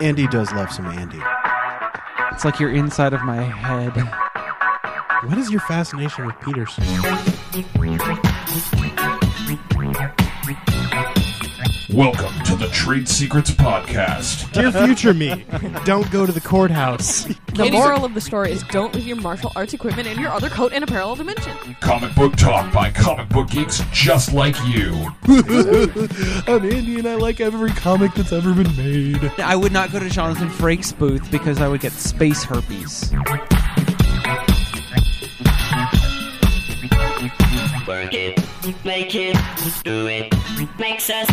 Andy does love some Andy. It's like you're inside of my head. What is your fascination with Peters? Welcome to the Trade Secrets Podcast. Dear future me, don't go to the courthouse. The moral of the story is don't leave your martial arts equipment and your other coat in a parallel dimension. Comic book talk by comic book geeks just like you. I'm Andy and I like every comic that's ever been made. I would not go to Jonathan Frakes' booth because I would get space herpes. Work it, make it, do it, makes us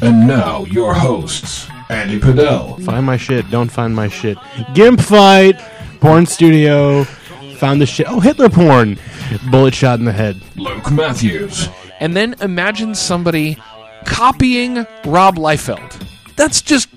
And now, your hosts, Andy Padell, Find my shit, don't find my shit. Gimp fight, porn studio, found the shit. Oh, Hitler porn. Bullet shot in the head. Luke Matthews, And then imagine somebody copying Rob Liefeld. That's just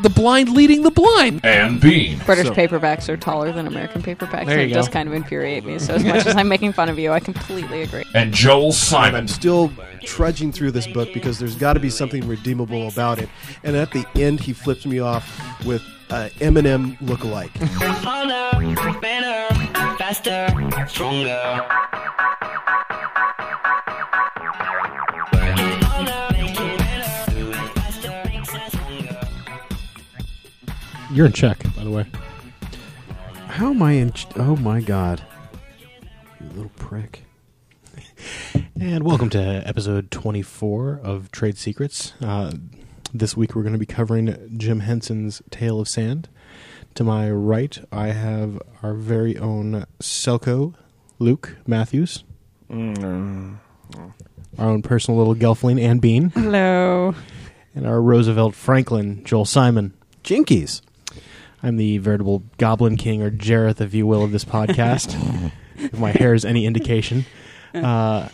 the blind leading the blind. and Bean. British paperbacks are taller than American paperbacks, There and it you go. does kind of infuriate me. So as much as I'm making fun of you, I completely agree. And Joel Simon. I'm still trudging through this book because there's got to be something redeemable about it. And at the end, he flips me off with uh, Eminem lookalike. harder, better, faster, stronger. Work it harder, make it better, do it faster, makes us stronger. You're in check, by the way. How am I in? Ch- oh my god, you little prick! And welcome to episode 24 of Trade Secrets. Uh, this week we're going to be covering Jim Henson's Tale of Sand. To my right, I have our very own Selco, Luke Matthews. Our own personal little Gelfling, Ann Bean. Hello. And our Roosevelt Franklin, Joel Simon. Jinkies. I'm the veritable Goblin King, or Jareth, if you will, of this podcast. if my hair is any indication. Uh,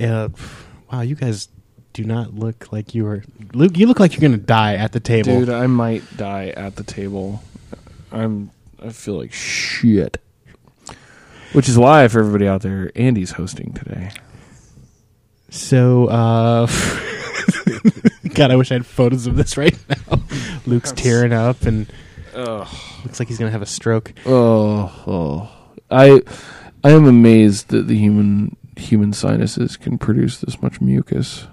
uh, wow, you guys do not look like you are. Luke, you look like you're going to die at the table. Dude, I might die at the table. I'm. I feel like shit. Which is why, for everybody out there, Andy's hosting today. So, uh, God, I wish I had photos of this right now. Luke's tearing up and looks like he's going to have a stroke. Oh, oh. I, I am amazed that the human human sinuses can produce this much mucus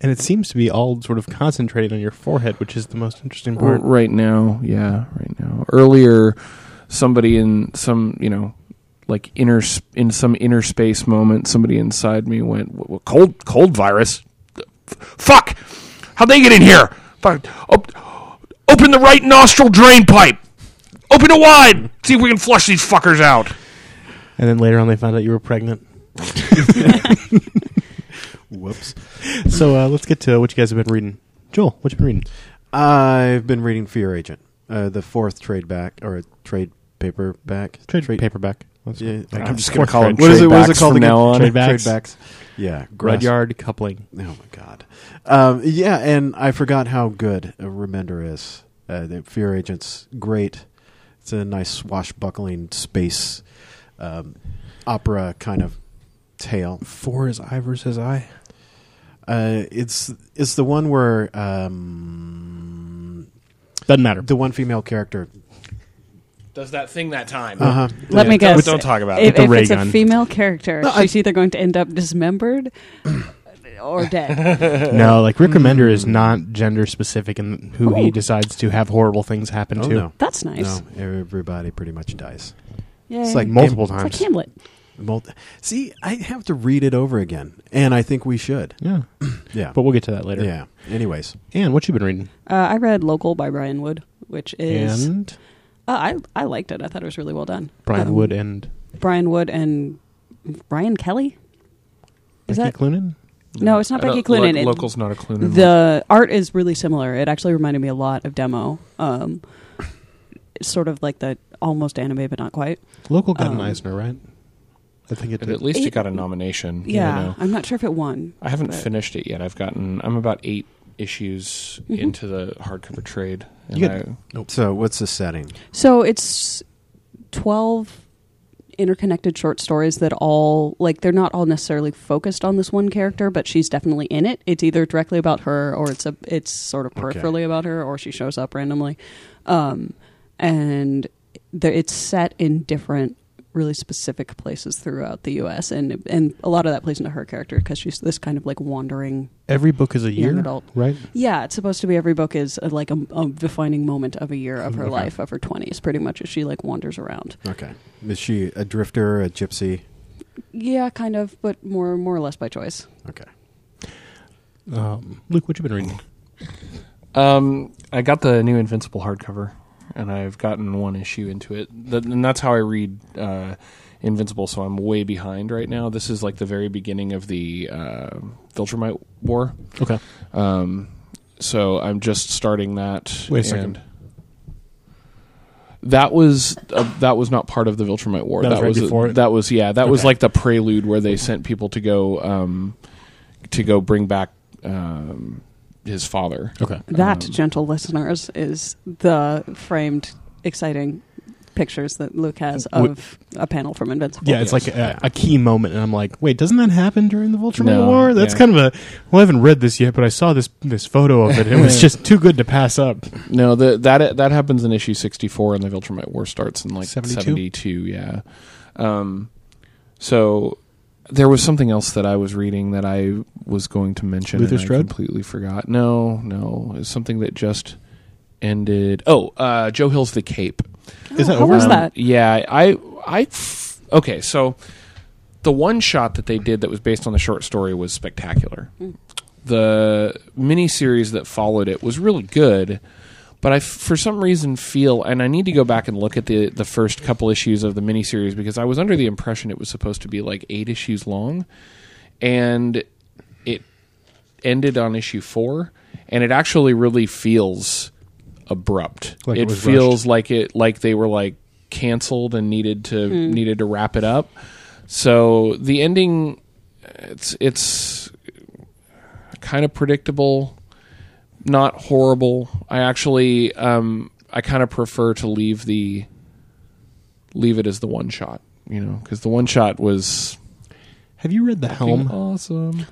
And it seems to be all sort of concentrated on your forehead, which is the most interesting R- part. right now. Yeah, right now. Earlier, somebody in some you know, like inner s- in some inner space moment, somebody inside me went "W- w- cold cold virus. F- Fuck! How'd they get in here? Fuck! Op- open the right nostril drain pipe. Open it wide. See if we can flush these fuckers out. And then later on, they found out you were pregnant. Whoops. So uh, let's get to what you guys have been reading. Joel, what you been reading? I've been reading Fear Agent, uh, the fourth trade back or trade paperback. Trade, paperback. Let's Yeah, I I'm guess. just gonna call it What is it? What is it Tradebacks called from again? now on. Tradebacks. Tradebacks. Yeah, Red grass- yard coupling. Oh my god. Um, yeah, and I forgot how good uh, Remender is. Uh, the Fear Agent's great. It's a nice swashbuckling space um, opera kind of tale. Four is I versus I. Uh, it's it's the one where um, Doesn't matter. the one female character. Does that thing that time. Uh, Uh-huh. Let me guess. talk about If, The if ray it's a gun. female character, No, I- she's either going to end up dismembered or dead. no, like Rick Remender is not gender specific in who he Hmm. Ooh. decides to have horrible things happen Oh to. no, That's nice. no! Everybody pretty much dies. Yay. It's like Multiple It's It's like times. Hamlet. Multi- See, I have to read it over again, and I think we should. Yeah, Yeah, but we'll get to that later. yeah. Anyways, Anne, what you been reading? Uh, I read Local by Brian Wood, which is uh, and I I liked it. I thought it was really well done. Brian Um, Wood and Brian Wood and Brian Kelly. Is Becky that Cloonan. no? It's not I Becky don't- Cloonan. lo- It- local's not a Cloonan. The art is really similar. It actually reminded me a lot of Demo. Um, it's sort of like the almost anime, but not quite. Local got an Um, Eisner, right? I think it And did. at least it, It- got a nomination. you Yeah, know. I'm not sure if it won. I haven't but- finished it yet. I've gotten. I'm about eight issues Mm-hmm. into the hardcover trade. And You I, got- so what's the setting? So it's 12 interconnected short stories that all like they're not all necessarily focused on this one character, but she's definitely in it. It's either directly about her or it's a it's sort of Okay. peripherally about her or she shows up randomly. Um, and the, it's set in different really specific places throughout the U.S. and and a lot of that plays into her character because she's this kind of like wandering Every book is a Young year, adult. right? yeah, it's supposed to be every book is uh, like a, a defining moment of a year of her Okay. life, of her 20s, pretty much, as she like wanders around. Okay. Is she a drifter, a gypsy? Yeah, kind of, but more more or less by choice. Okay. Um, Luke, what you been reading? Um, I got the new Invincible hardcover, and I've gotten one issue into it, Th and that's how I read uh, Invincible. So I'm way behind right now. This is like the very beginning of the uh, Viltrumite War. Okay, Um, so I'm just starting that. Wait a and- second. That was uh, that was not part of the Viltrumite War. That was right was before it? that was yeah that was Okay. like the prelude where they sent people to go um, to go bring back um, his father. Okay, That, Um, gentle listeners, is the framed, exciting pictures that Luke has Wh- of a panel from Invincible. yeah, it's like a, a key moment, and I'm like, wait, doesn't that happen during the Vulture No, War? That's yeah. kind of a. Well, I haven't read this yet, but I saw this this photo of it. and It was just too good to pass up. No, the, that that happens in issue sixty four, and the Viltrumite War starts in like 72? seventy two. Yeah. Um, so there was something else that I was reading that I was going to mention. Luther and I Strode? completely forgot. No, no, it's something that just ended. Oh, uh, Joe Hill's The Cape. Is that how over? Oh, was Um, that? Yeah, I, I, f- okay. So the one shot that they did that was based on the short story was spectacular. Mm. The miniseries that followed it was really good, but I, f- for some reason, feel and I need to go back and look at the the first couple issues of the miniseries because I was under the impression it was supposed to be like eight issues long, and it ended on issue four, and it actually really feels abrupt. Like it it was feels like it like they were like canceled and needed to needed to wrap it up. So the ending, it's it's kind of predictable, not horrible. I actually um I kind of prefer to leave the leave it as the one shot, you know, because the one shot was Have you read The fucking Helm? awesome.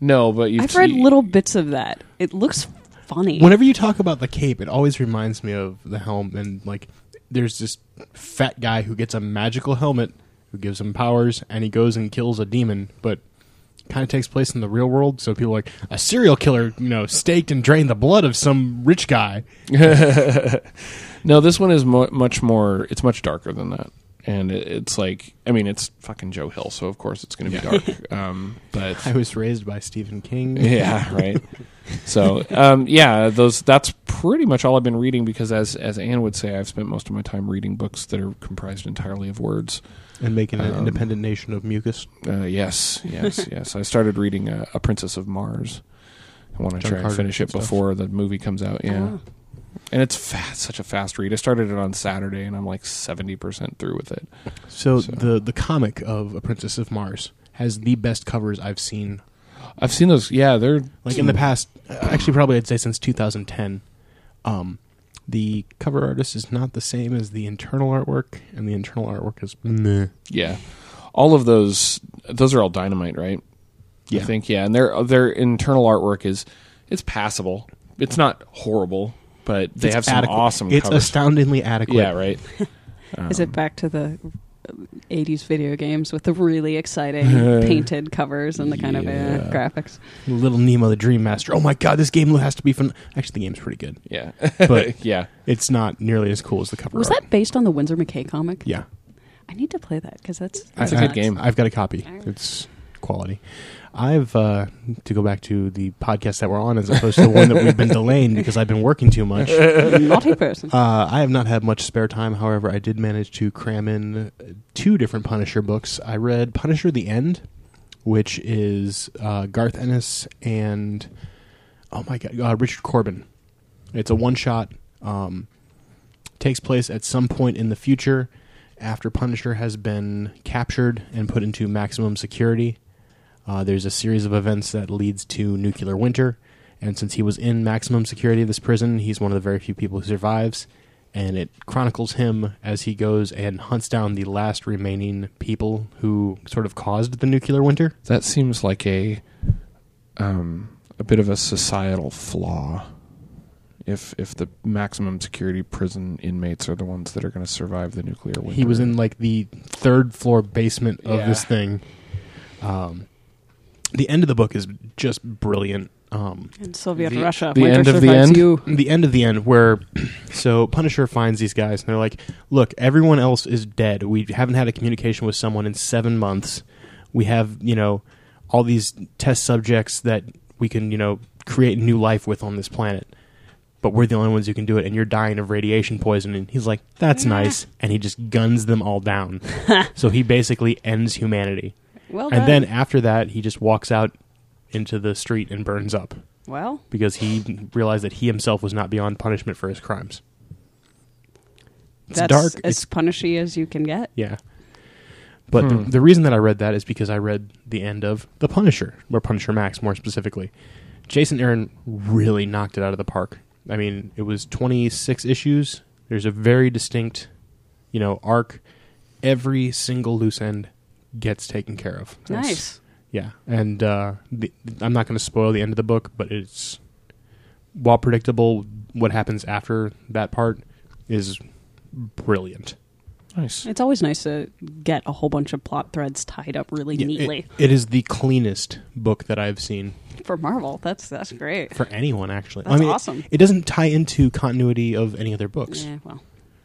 No, but you've I've read seen- little bits of that. It looks funny. Whenever you talk about the cape, it always reminds me of The Helm, and like, there's this fat guy who gets a magical helmet who gives him powers, and he goes and kills a demon, but. Kind of takes place in the real world, so people are like a serial killer, you know, staked and drained the blood of some rich guy. No, this one is mu much more. It's much darker than that, and it, it's like I mean, it's fucking Joe Hill, so of course it's going to be dark. um, but I was raised by Stephen King. yeah, right. so um, yeah, those. That's pretty much all I've been reading because, as as Anne would say, I've spent most of my time reading books that are comprised entirely of words. and making an Um, independent nation of mucus. Uh, yes, yes, yes. I started reading uh, A Princess of Mars. I want to John try and Carter finish it stuff. before the movie comes out. Yeah. Ah. And it's fast, such a fast read. I started it on Saturday, and I'm like seventy percent through with it. So, So- the the comic of A Princess of Mars has the best covers I've seen. I've seen those. Yeah, they're Like in the past, actually, probably I'd say since 2010. Um, the cover artist is not the same as the internal artwork, and the internal artwork is meh. Yeah, all of those. Those are all dynamite, right? Yeah. I think yeah, and their their internal artwork is it's passable. It's not horrible, but they It's have some adequate. awesome. It's covers. astoundingly adequate. Yeah, right. Is it back to the uh, 80s video games with the really exciting painted covers and the kind of uh, Yeah. graphics? Little Nemo the Dream Master. Oh my god, this game has to be fun. Actually, the game's pretty good, Yeah, but yeah. it's not nearly as cool as the cover. Was art. that based on the Windsor McKay comic? Yeah, I need to play that because that's, That's a a good game. I've got a copy. Alright. It's quality. I've uh, to go back to the podcast that we're on as opposed to the one that we've been delaying because I've been working too much. Uh, Naughty person. I have not had much spare time. However, I did manage to cram in uh, two different Punisher books. I read Punisher: The End, which is uh, Garth Ennis and oh my god, uh, Richard Corbin. It's a one shot. Um, takes place at some point in the future after Punisher has been captured and put into maximum security. Uh, there's a series of events that leads to nuclear winter, and since he was in maximum security of this prison, he's one of the very few people who survives. and it chronicles him as he goes and hunts down the last remaining people who sort of caused the nuclear winter. That seems like a um, a bit of a societal flaw. If if the maximum security prison inmates are the ones that are going to survive the nuclear winter, He was in like the third floor basement of Yeah. this thing. Um, the end of the book is just brilliant. Um, And Soviet The- Russia. the Winter end of the survives end? You. the end of the end where so punisher finds these guys and they're like look everyone else is dead we haven't had a communication with someone in seven months we have you know all these test subjects that we can you know create new life with on this planet but we're the only ones who can do it and you're dying of radiation poisoning he's like that's nice and he just guns them all down so he basically ends humanity Well done. and then after that he just walks out into the street and burns up well, because he realized that he himself was not beyond punishment for his crimes. It's that's dark. as It's, punishy as you can get. yeah. But Hmm. the, the reason that I read that is because I read the end of The Punisher, or Punisher Max more specifically. Jason Aaron really knocked it out of the park. I mean, it was 26 issues. There's a very distinct, you know, arc. Every single loose end gets taken care of. Nice. Yeah, and uh, the, I'm not going to spoil the end of the book, but it's while predictable, what happens after that part is brilliant. nice. It's always nice to get a whole bunch of plot threads tied up really Yeah, it- neatly it is the cleanest book that I've seen for Marvel. That's that's great. for anyone. Actually, I That's mean, it- awesome. It, doesn't tie into continuity of any other books. Yeah, well,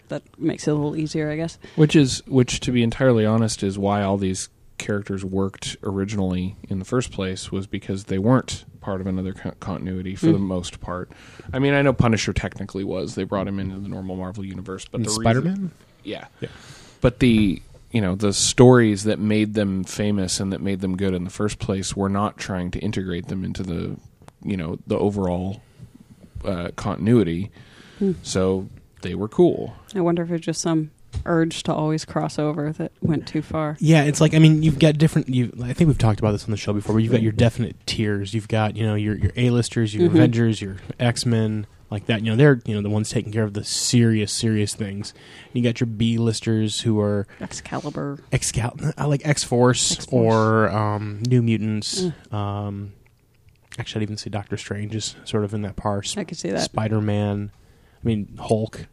that makes it a little easier, I guess. Which is which, to be entirely honest, is why all these characters worked originally in the first place was because they weren't part of another co- continuity for the most part. I mean, I know Punisher technically was; they brought him into the normal Marvel universe, but And the reason- Spider-Man. yeah. Yeah. But the you know the stories that made them famous and that made them good in the first place were not trying to integrate them into the you know the overall uh, continuity, so they were cool. I wonder if it's just some urge to always cross over that went too far. Yeah, it's like I mean, you've got different. You, I think we've talked about this on the show before, but you've got your definite tiers. You've got you know your your A-listers, your Mhm. Avengers, your X Men, like that. You know they're you know the ones taking care of the serious serious things. And you got your B-listers who are Excalibur. Excal, I like X Force X-Force. or um, New Mutants. Mm. Um, actually, I'd even say Doctor Strange is sort of in that par. I could see that. Spider Man. I mean Hulk.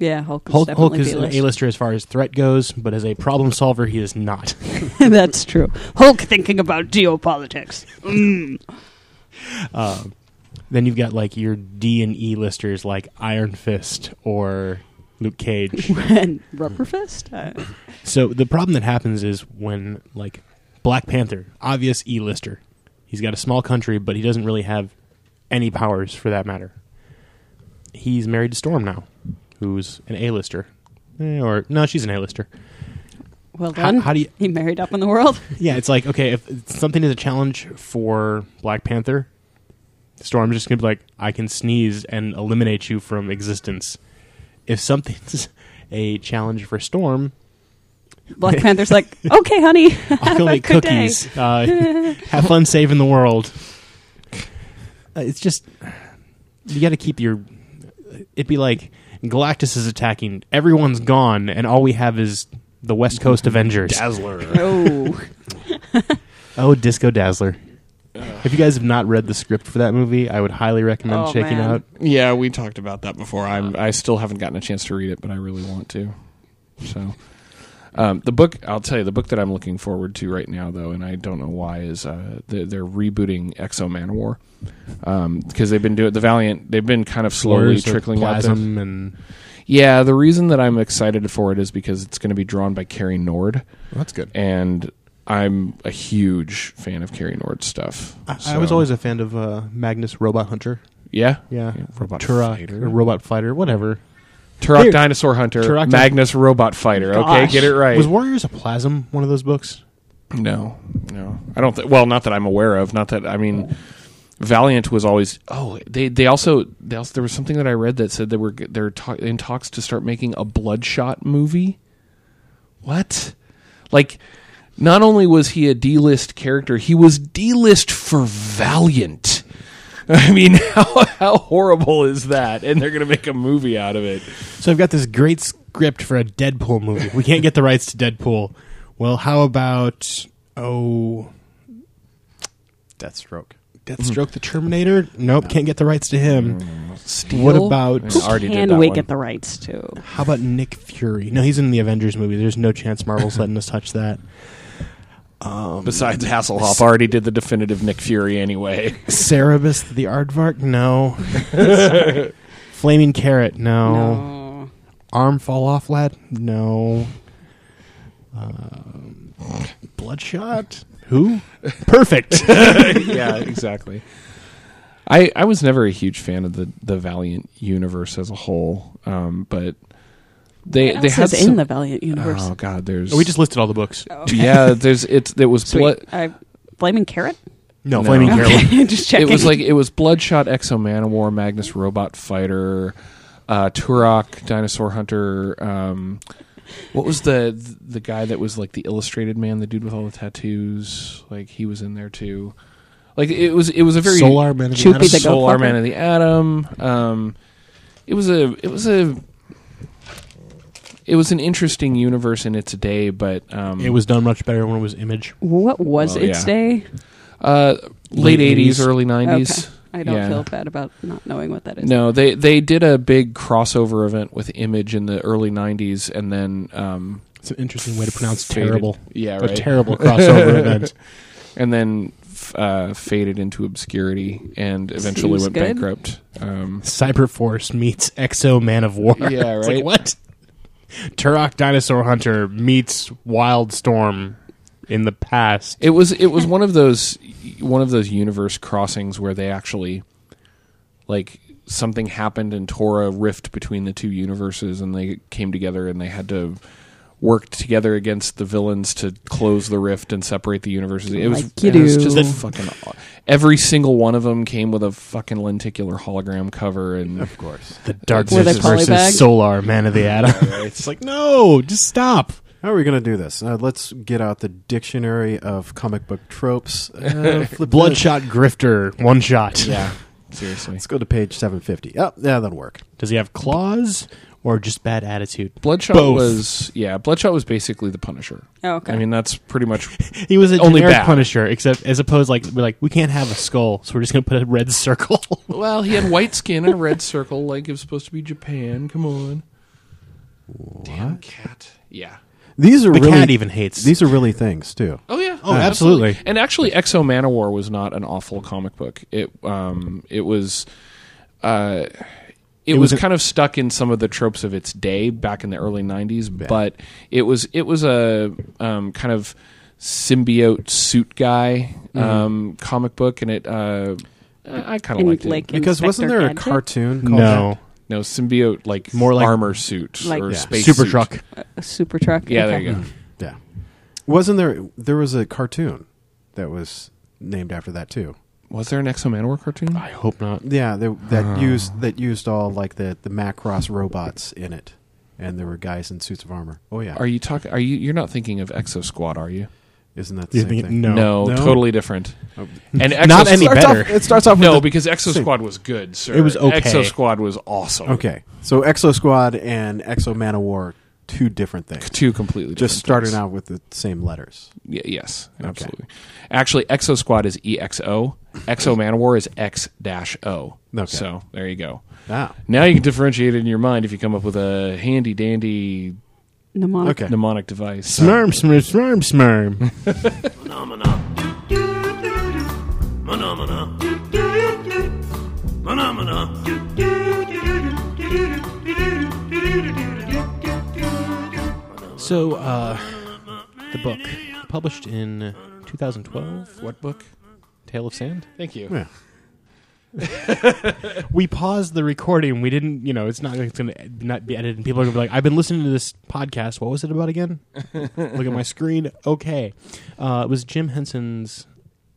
Yeah, Hulk. Hulk, Hulk definitely is an A-lister as far as threat goes, but as a problem solver, he is not. A-list. that's true. Hulk thinking about geopolitics. Um, then you've got like your D and E listers like Iron Fist or Luke Cage. and Rubber Fist. Uh, so the problem that happens is when like Black Panther, obvious E lister, he's got a small country, but he doesn't really have any powers for that matter. He's married to Storm now, who's an A lister, or no, she's an A lister. well How, done. how do you? he married up in the world. Yeah, it's like okay, if something is a challenge for Black Panther, Storm's just gonna be like, I can sneeze and eliminate you from existence. If something's a challenge for Storm, Black Panther's like, okay, honey, I'll go a make good day." cookies. Uh, have fun saving the world. Uh, it's just you got to keep your. It'd be like Galactus is attacking. Everyone's gone, and all we have is the West Coast Avengers. Dazzler. oh, Oh, Disco Dazzler. If you guys have not read the script for that movie, I would highly recommend Oh, checking man. out. Yeah, we talked about that before. I'm Uh, I still haven't gotten a chance to read it, but I really want to. So um, the book, I'll tell you, the book that I'm looking forward to right now, though, and I don't know why, is uh, they're, they're rebooting Exo Manowar because they've been doing the Valiant. They've been kind of slowly Warriors of trickling out. the- Plasm and Yeah, the reason that I'm excited for it is because it's going to be drawn by Carrie Nord, Oh, that's good. and I'm a huge fan of Carrie Nord's stuff. I, I So- was always a fan of uh, Magnus Robot Hunter. yeah, Yeah, Robot Turok, Fighter. or Robot Fighter, whatever. Turok Here. Dinosaur Hunter, Turok Dino- Magnus Robot Fighter. Gosh. Okay, get it right. Was Warriors of Plasm one of those books? no, no, I don't. Th- well, not that I'm aware of. Not that I mean, Valiant was always. Oh, they they also, they also there was something that I read that said they were g- they're ta- in talks to start making a Bloodshot movie. What? Like, not only was he a D list character, he was D list for Valiant. I mean, how, how horrible is that? And they're going to make a movie out of it. So I've got this great script for a Deadpool movie. We can't get the rights to Deadpool. Well, how about oh, Deathstroke. Deathstroke the Terminator? Nope, can't get the rights to him. Steel? What about Yeah. already did Can that we one. get the rights to? how about Nick Fury? No, he's in the Avengers movie. There's no chance Marvel's letting us touch that. Besides, Hasselhoff already did the definitive Nick Fury anyway. Cerebus the Aardvark? No. Flaming Carrot? No. No. Arm Fall Off Lad? No. Um, Bloodshot? Who? Perfect. yeah, exactly. I I was never a huge fan of the the Valiant universe as a whole, um, but they What they else had is some- in the Valiant universe. Oh God, there's we just listed all the books. yeah. There's it's it was Sweet. blood. I, flaming carrot. No, No. Flaming Okay. Carrot. Just checking. It was like it was Bloodshot, Exo Manowar, Magnus Robot Fighter, uh, Turok, Dinosaur Hunter. Um, what was the the guy that was like the illustrated man, the dude with all the tattoos? Like he was in there too. Like it was it was a very Solar Man of the Should Atom. be the- Solar Goldfucker? Man of the Atom. Um, it was a it was a it was an interesting universe in its day, but um, It was done much better when it was Image. What was Well, its yeah. day? uh, late Late eighties, 80s. early nineties. Okay. I don't Yeah. feel bad about not knowing what that is. No, they they did a big crossover event with Image in the early '90s, and then um, It's an interesting way to pronounce faded- terrible. Yeah, A right. terrible crossover event. and then f- uh, faded into obscurity, and eventually Seems went good. bankrupt. Um, Cyberforce meets Exo Man of War. Yeah, It's like, right. what? Turok Dinosaur Hunter meets Wildstorm in the past. it was it was one of those one of those universe crossings where they actually like something happened and tore a rift between the two universes, and they came together, and they had to. work together against the villains to close the rift and separate the universes. It was, Like you it was do. just Then- fucking aw- every single one of them came with a fucking lenticular hologram cover and Of course. The Dark Were they Versus versus polybagged? Solar Man of the Atom. it's like, no, just stop. How are we going to do this? Uh, let's get out the dictionary of comic book tropes. Uh, flip it. Bloodshot Grifter, one shot. yeah, seriously. Let's go to page 750. Oh, yeah, that'll work. Does he have claws or just bad attitude? Bloodshot Both. was yeah, Bloodshot was basically the Punisher. Oh, okay. I mean that's pretty much He was a Only generic bad. Punisher, except as opposed like we're like we can't have a skull, so we're just gonna put a red circle. well, he had white skin and a red circle like it was supposed to be Japan. Come on. Damn cat. Yeah. These are the really cat even hates. these are really things too. Oh yeah. Oh, absolutely. And actually, Exo Manowar was not an awful comic book. It um it was, uh, it, was, was an- kind of stuck in some of the tropes of its day back in the early '90s. But it was it was a um, kind of symbiote suit guy Mm-hmm. um, comic book, and it uh, I kind of And, liked like, it. Because wasn't Inspector there a Gadget? cartoon called no No symbiote like More like- armor suit Like- or Yeah. space super suit. truck. Mm. A super truck. Yeah, there Okay. you go. that? Yeah. Wasn't there there was a cartoon that was named after that too. Was there an Exo Manowar cartoon? I hope not. Yeah, they, that used that used all like the the Macross robots in it. And there were guys in suits of armor. Oh yeah. Are you talking? Are you? You're not thinking of Exo Squad, are you? Isn't that the You same think- thing? no. No, No. totally different. Oh. And Exo Not any Squad- Starts off- better. it starts off with No, the- because Exo Same. Squad was good, sir. It was okay. Exo Squad was awesome. Okay. So Exo Squad and Exo Manowar two different things. Two completely Just different starting things. out with the same letters. Y- yes, absolutely. Actually, Exo Squad is EXO. Exo Manowar is X dash O. Okay. So there you go. Ah. Now you can differentiate it in your mind if you come up with a handy dandy Mnemonic. Okay. mnemonic device. Smirm, smirm, smirm, smirm. so, uh, the book published in 2012. What book? Tale of Sand. Thank you. Mm. Yeah. We paused the recording. We didn't, you know, it's not it's going to not be edited. And people are going to be like, "I've been listening to this podcast. What was it about again?" Look at my screen. Okay, uh, it was Jim Henson's.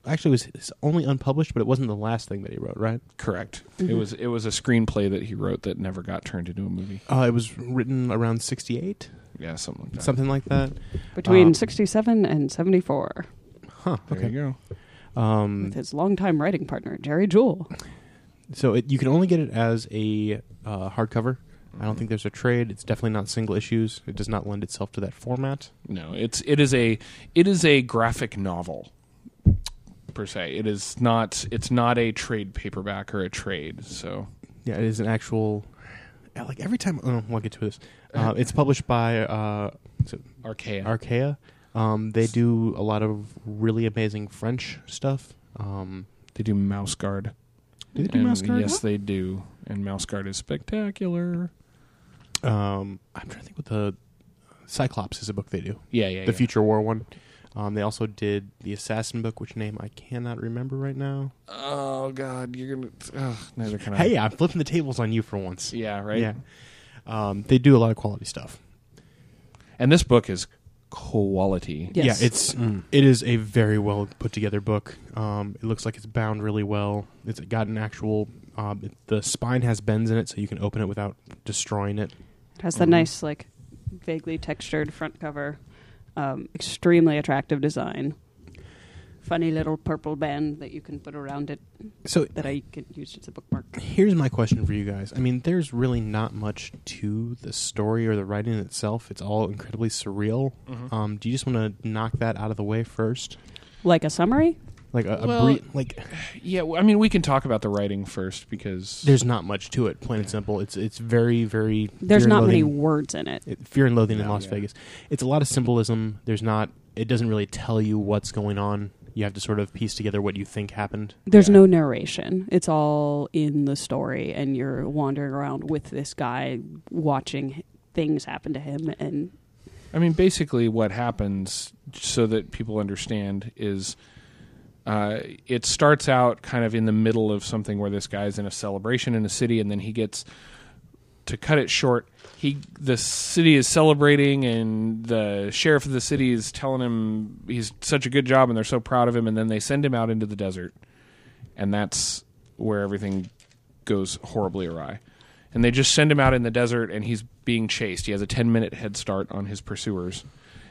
Actually, it was his only unpublished, but it wasn't the last thing that he wrote, right? Correct. Mm-hmm. It was it was a screenplay that he wrote that never got turned into a movie. Uh, it was written around '68, Yeah, something like that. something like that. Between Um, 67 and 74 Huh. There you go. Um, with his longtime writing partner, Jerry Jewell. So it, you can only get it as a uh, hardcover. I don't think there's a trade. It's definitely not single issues. It does not lend itself to that format. No, it's it is a it is a graphic novel per se. It is not it's not a trade paperback or a trade. So Yeah, it is an actual. yeah, Like every time, oh, we'll get to this. Uh, it's published by uh, is it Archaea. Arkea. Um, they do a lot of really amazing French stuff. Um, they do Mouse Guard. do they do And Mouse Guard? Yes, they do. And Mouse Guard is spectacular. Um, I'm trying to think what the uh, Cyclops is a book they do. Yeah, yeah. the yeah. Future War one. Um, they also did the Assassin book, which name I cannot remember right now. Oh God, you're gonna. Ugh, neither can I. Hey, I'm flipping the tables on you for once. Yeah, right. Yeah. Um, they do a lot of quality stuff. And this book is quality. Yes. Yeah, it's Mm, it is a very well put together book. Um, it looks like it's bound really well. It's got an actual. Um, it- the spine has bends in it, so you can open it without destroying it. It has Mm-hmm. that nice, like, vaguely textured front cover. Um, extremely attractive design. Funny little purple band that you can put around it So that I can use as a bookmark. here's my question for you guys. I mean, there's really not much to the story or the writing itself. It's all incredibly surreal. Mm-hmm. Um, do you just want to knock that out of the way first? Like a summary? Like a, a Well- brief, like Yeah, well, I mean, we can talk about the writing first because there's not much to it. Plain and simple. It's it's very very. There's Fear and not many Loathing- words in it. it- Fear and Loathing in No, Las yeah. Vegas. It's a lot of symbolism. There's not. It doesn't really tell you what's going on. You have to sort of piece together what you think happened. There's Yeah. no narration. It's all in the story, and you're wandering around with this guy watching things happen to him. And I mean, basically, what happens, so that people understand, is uh, it starts out kind of in the middle of something where this guy's in a celebration in a city, and then he gets to cut it short. He the city is celebrating, and the sheriff of the city is telling him he's such a good job, and they're so proud of him, and then they send him out into the desert, and that's where everything goes horribly awry. And they just send him out in the desert, and he's being chased. He has a ten minute head start on his pursuers,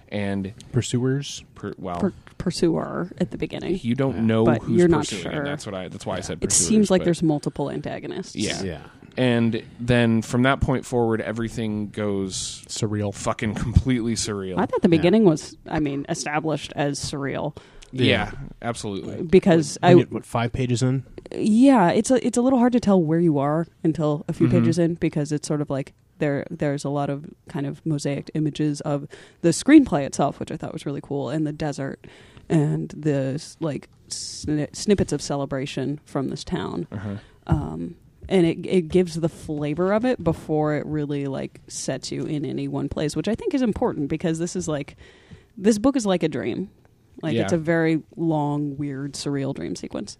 and Pursuers. per, well, per- pursuer at the beginning. you don't know But who's you're not pursuing. him. sure. That's what I. That's why I said. it pursuers, seems like but- there's multiple antagonists. Yeah. Yeah. And then from that point forward, everything goes Surreal. fucking completely surreal. I thought the beginning was, I mean, established as surreal yeah, absolutely. because I, I, what five pages in? yeah, it's a, it's a little hard to tell where you are until a few pages in because it's sort of like there there's a lot of kind of mosaic images of the screenplay itself, which I thought was really cool, and the desert and the s- like sni- snippets of celebration from this town. Uh-huh. Um, and it it gives the flavor of it before it really like sets you in any one place, which I think is important because this is like this book is like a dream. Like Yeah. it's a very long, weird, surreal dream sequence.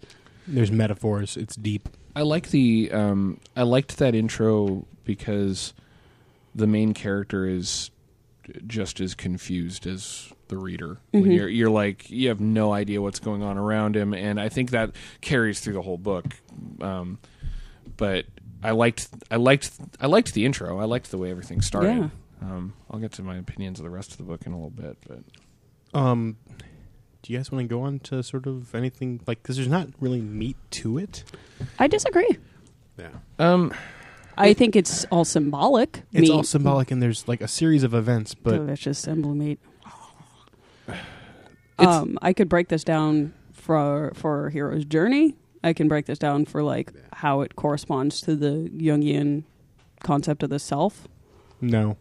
There's metaphors. It's deep. I like the. Um, I liked that intro because the main character is just as confused as the reader. Mm-hmm. When you're you're like you have no idea what's going on around him, and I think that carries through the whole book. Um, but I liked I liked I liked the intro. I liked the way everything started. Yeah. Um, I'll get to my opinions of the rest of the book in a little bit, but Um, do you guys want to go on to sort of anything like? Because there's not really meat to it. I disagree. Yeah. um, I think it's all symbolic. It's meat. all symbolic, and there's like a series of events. But delicious emblem meat. It's- um, I could break this down for for hero's journey. I can break this down for like how it corresponds to the Jungian concept of the self. no,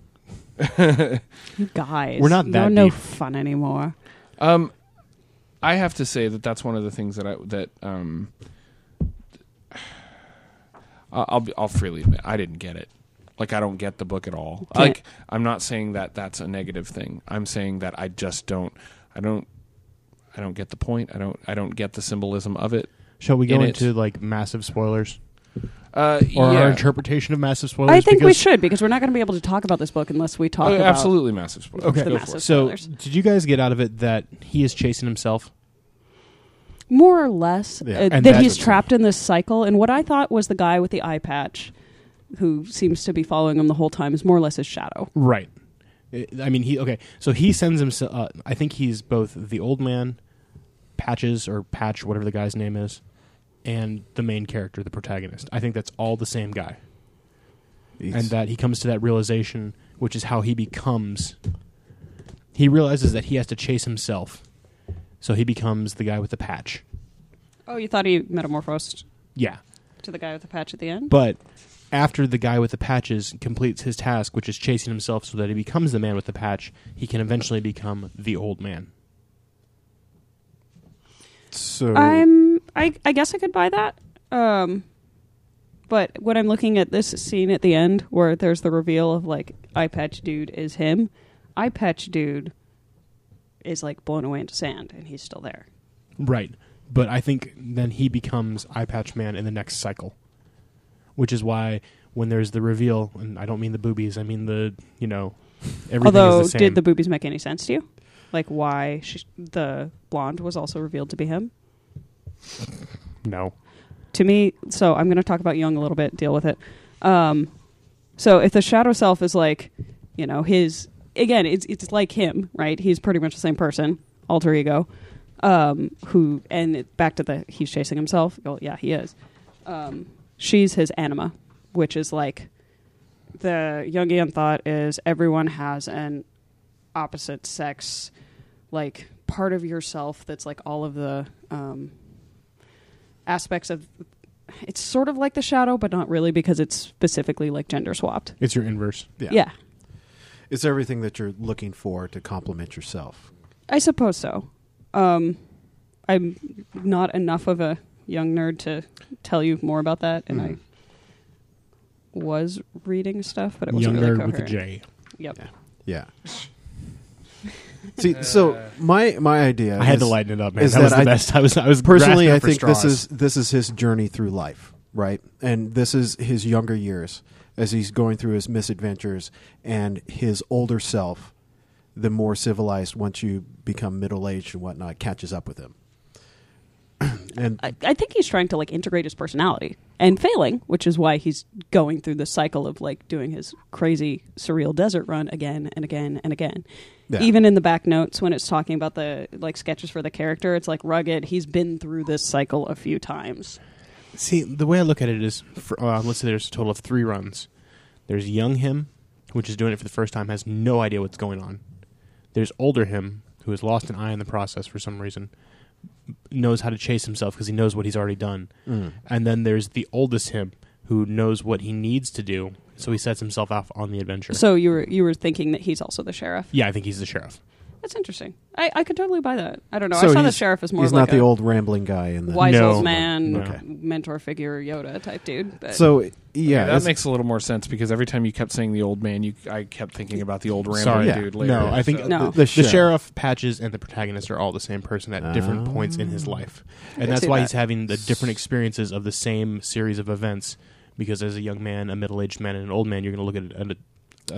You guys, We're not you that are no deep. fun anymore. Um, I have to say that that's one of the things that I that um, I- I'll be- I'll freely admit I didn't get it. Like I don't get the book at all. Can't- Like I'm not saying that that's a negative thing. I'm saying that I just don't. I don't. I don't get the point. I don't. I don't get the symbolism of it. shall we go In it. into like massive spoilers Uh, or our yeah. interpretation of massive spoilers? I think we Because- should because we're not going to be able to talk about this book unless we talk Oh, about absolutely massive spoilers. Okay. the Go for massive it. So, spoilers. did you guys get out of it that he is chasing himself? more or less Yeah, uh, and that that's he's what's- trapped in this cycle and what i thought was the guy with the eye patch who seems to be following him the whole time is more or less his shadow Right. I mean, he okay. So he sends himself. Uh, I think he's both the old man, Patches or Patch, whatever the guy's name is, and the main character, the protagonist. I think that's all the same guy, He's- and that he comes to that realization, which is how he becomes. He realizes that he has to chase himself, so he becomes the guy with the patch. Oh, you thought he metamorphosed Yeah, to the guy with the patch at the end? but after the guy with the patches completes his task, which is chasing himself so that he becomes the man with the patch, he can eventually become the old man. Oh. so I'm. I, I guess I could buy that. Um, but when I'm looking at this scene at the end where there's the reveal of like eye patch dude is him, eye patch dude is like blown away into sand and he's still there. Right. But I think then he becomes Eye Patch Man in the next cycle, which is why when there's the reveal, and I don't mean the boobies, I mean the you know everything Although, is the same. did the boobies make any sense to you? Like why she, the blonde was also revealed to be him? no, to me so i'm going to talk about young a little bit deal with it um, so if the shadow self is like you know his again it's, it's like him right he's pretty much the same person alter ego um, who and it, back to the he's chasing himself well yeah he is um, she's his anima which is like the jungian thought is everyone has an opposite sex like part of yourself that's like all of the um, aspects of it's sort of like the shadow but not really because it's specifically like gender swapped it's your inverse. yeah. yeah it's everything that you're looking for to complement yourself. i suppose so um i'm not enough of a young nerd to tell you more about that Hmm. and i was reading stuff but it wasn't Young really nerd with a J. coherent yep Yeah. Yeah. See, Uh, so my my idea. I Uh, had is- to lighten it up, man. is That, was that the I- best. I was I was personally grasping i for think this straws. is this is his journey through life right and this is his younger years as he's going through his misadventures and his older self the more civilized once you become middle aged and whatnot catches up with him and I, I think he's trying to like integrate his personality and failing which is why he's going through the cycle of like doing his crazy surreal desert run again and again and again yeah. even in the back notes when it's talking about the like sketches for the character it's like rugged he's been through this cycle a few times See, the way I look at it is, for, uh, let's say there's a total of three runs. There's young him, which is doing it for the first time, has no idea what's going on. There's older him, who has lost an eye in the process for some reason, knows how to chase himself because he knows what he's already done. Mm. And then there's the oldest him, who knows what he needs to do, so he sets himself off on the adventure. so you were you were thinking that he's also the sheriff yeah, I think he's the sheriff. that's interesting i, I could totally buy that i don't know So i saw the he's- sheriff as more he's of not like the a old rambling guy in the wise No. old man No. Okay. mentor figure yoda type dude but so yeah that it's- makes a little more sense because every time you kept saying the old man, you I kept thinking about the old rambling Sorry, Yeah. dude. Later, no, I think so- the- No. the, The sheriff, sheriff. Patches, and the protagonist are all the same person at different Ah. points in his life. can And that's see why that. he's having the different experiences of the same series of events because as a young man, a middle aged man, and an old man, you're going to look at a,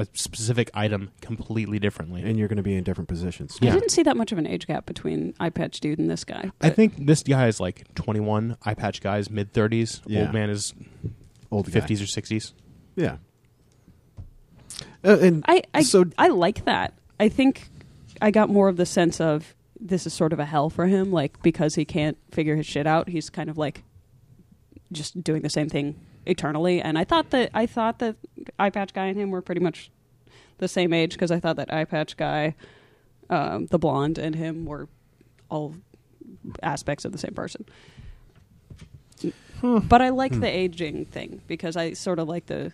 a specific item completely differently. and you're going to be in different positions i yeah. didn't see that much of an age gap between eye patch dude and this guy I but- think this guy is like 21, eye patch guy is mid 30s, Yeah. old man is old guy. 50s or 60s. yeah Uh, and I, I So- I like that. I think I got more of the sense of this is sort of a hell for him, like because he can't figure his shit out. He's kind of like just doing the same thing eternally. And I thought that I thought that eye patch guy and him were pretty much the same age because I thought that eye patch guy, um, the blonde, and him were all aspects of the same person. But I like the aging thing because I sort of like the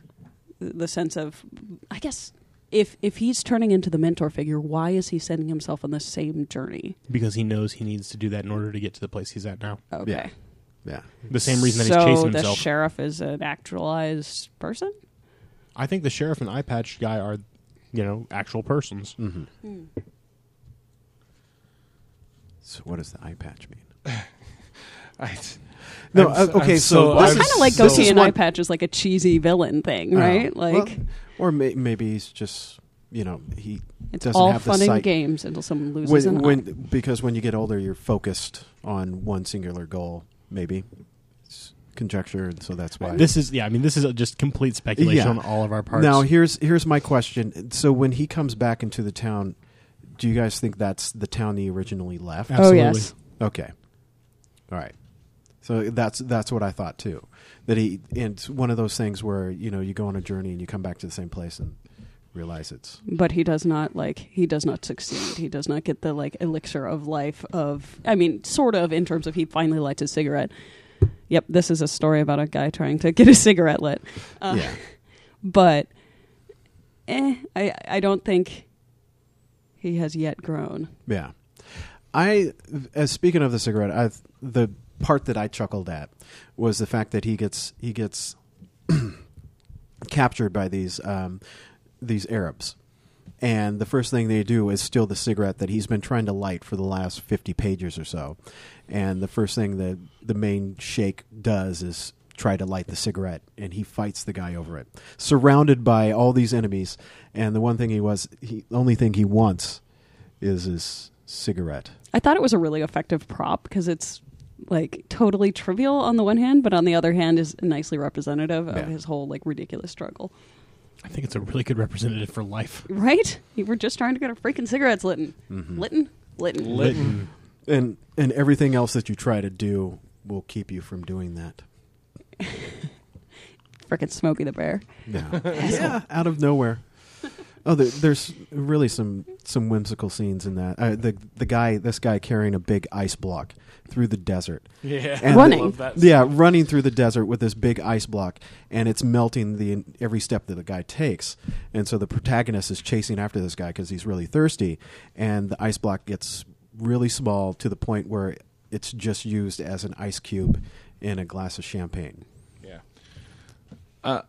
the sense of I guess if if he's turning into the mentor figure, why is he sending himself on the same journey? Because he knows he needs to do that in order to get to the place he's at now. Okay. Yeah. yeah The same reason that so he's chasing the himself. sheriff is an actualized person. I think the sheriff and eye patch guy are, you know, actual persons. hmm so what does the eye patch mean I, No, I'm so- uh, okay, I'm so I'm this It's kind is- of like so- Goatee this is and what- Eye Patch is like a cheesy villain thing, right? Oh, well, like or may, maybe he's just you know he it's doesn't all have fun the and sight. games until someone loses when, an when eye. because when you get older, you're focused on one singular goal. Maybe it's conjecture, and so that's why This is yeah. I mean, this is just complete speculation Yeah. on all of our parts. Now here's here's my question. So when he comes back into the town, do you Oh, guys think that's the town he originally left? Absolutely. Oh yes, Okay, all right. So that's that's what I thought too. That he and it's one of those things where you know you go on a journey and you come back to the same place and realize it's but he does not like he does not succeed he does not get the like elixir of life of i mean sort of in terms of he finally lights his cigarette yep this is a story about a guy trying to get his cigarette lit uh, yeah but eh, I, I don't think he has yet grown yeah. I as speaking of the cigarette, I the part that I chuckled at was the fact that he gets he gets captured by these um, these Arabs. And the first thing they do is steal the cigarette that he's been trying to light for the last 50 pages or so. And the first thing that the main sheikh does is try to light the cigarette, and he fights the guy over it, surrounded by all these enemies. And the one thing he was, he, the only thing he wants is his cigarette. i thought it was a really effective prop because it's like totally trivial on the one hand but on the other hand is nicely representative of Yeah. his whole like ridiculous struggle I think it's a really good representative for life. right we were just trying to get our freaking cigarettes lit Hmm. Litten? Litten. Litten. And, and everything else that you try to do will keep you from doing that. Frickin' Smokey the Bear. Yeah. yeah, out of nowhere. Oh, there, there's really some some whimsical scenes in that. Uh, the the guy, this guy carrying a big ice block through the desert. Yeah. And Running. Love that. Yeah, running through the desert with this big ice block, and it's melting the every step that the guy takes. And so the protagonist is chasing after this guy because he's really thirsty, and the ice block gets really small to the point where it's just used as an ice cube in a glass of champagne. Uh,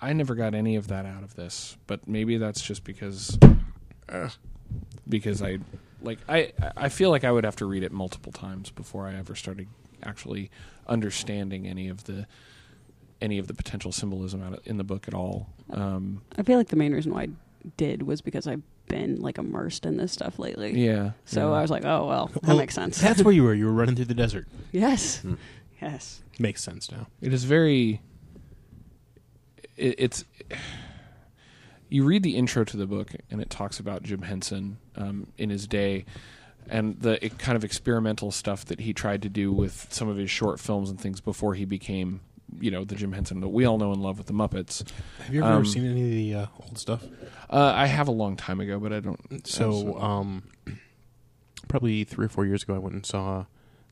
I never got any of that out of this, but maybe that's just because uh, because I like I I feel like I would have to read it multiple times before I ever started actually understanding any of the any of the potential symbolism out of, in the book at all. Um, I feel like the main reason why I did was because I've been like immersed in this stuff lately. yeah. So yeah. I was like, oh, well, that Well, makes sense. That's where you were. You were running through the desert. yes. Yes. Makes sense now. It is very. It, it's. You read the intro to the book, and it talks about Jim Henson um, in his day, and the e- kind of experimental stuff that he tried to do with some of his short films and things before he became, you know, the Jim Henson that we all know and love with the Muppets. Have you ever Um, seen any of the uh, old stuff? Uh, I have a long time ago, but I don't. So, um, probably three or four years ago, I went and saw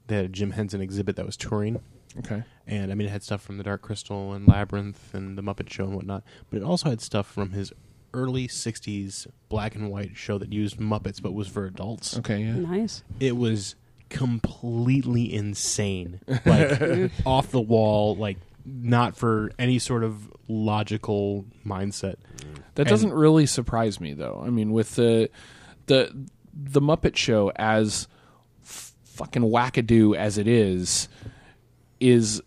the Jim Henson exhibit that was touring, okay, and I mean, it had stuff from The Dark Crystal and Labyrinth and The Muppet Show and whatnot, but it also had stuff from his early '60s black and white show that used Muppets but was for adults. okay, yeah. Nice. It was completely insane, like off the wall, like not for any sort of logical mindset. That And- doesn't really surprise me though. I mean, with the the the Muppet Show as f- fucking wackadoo as it is, is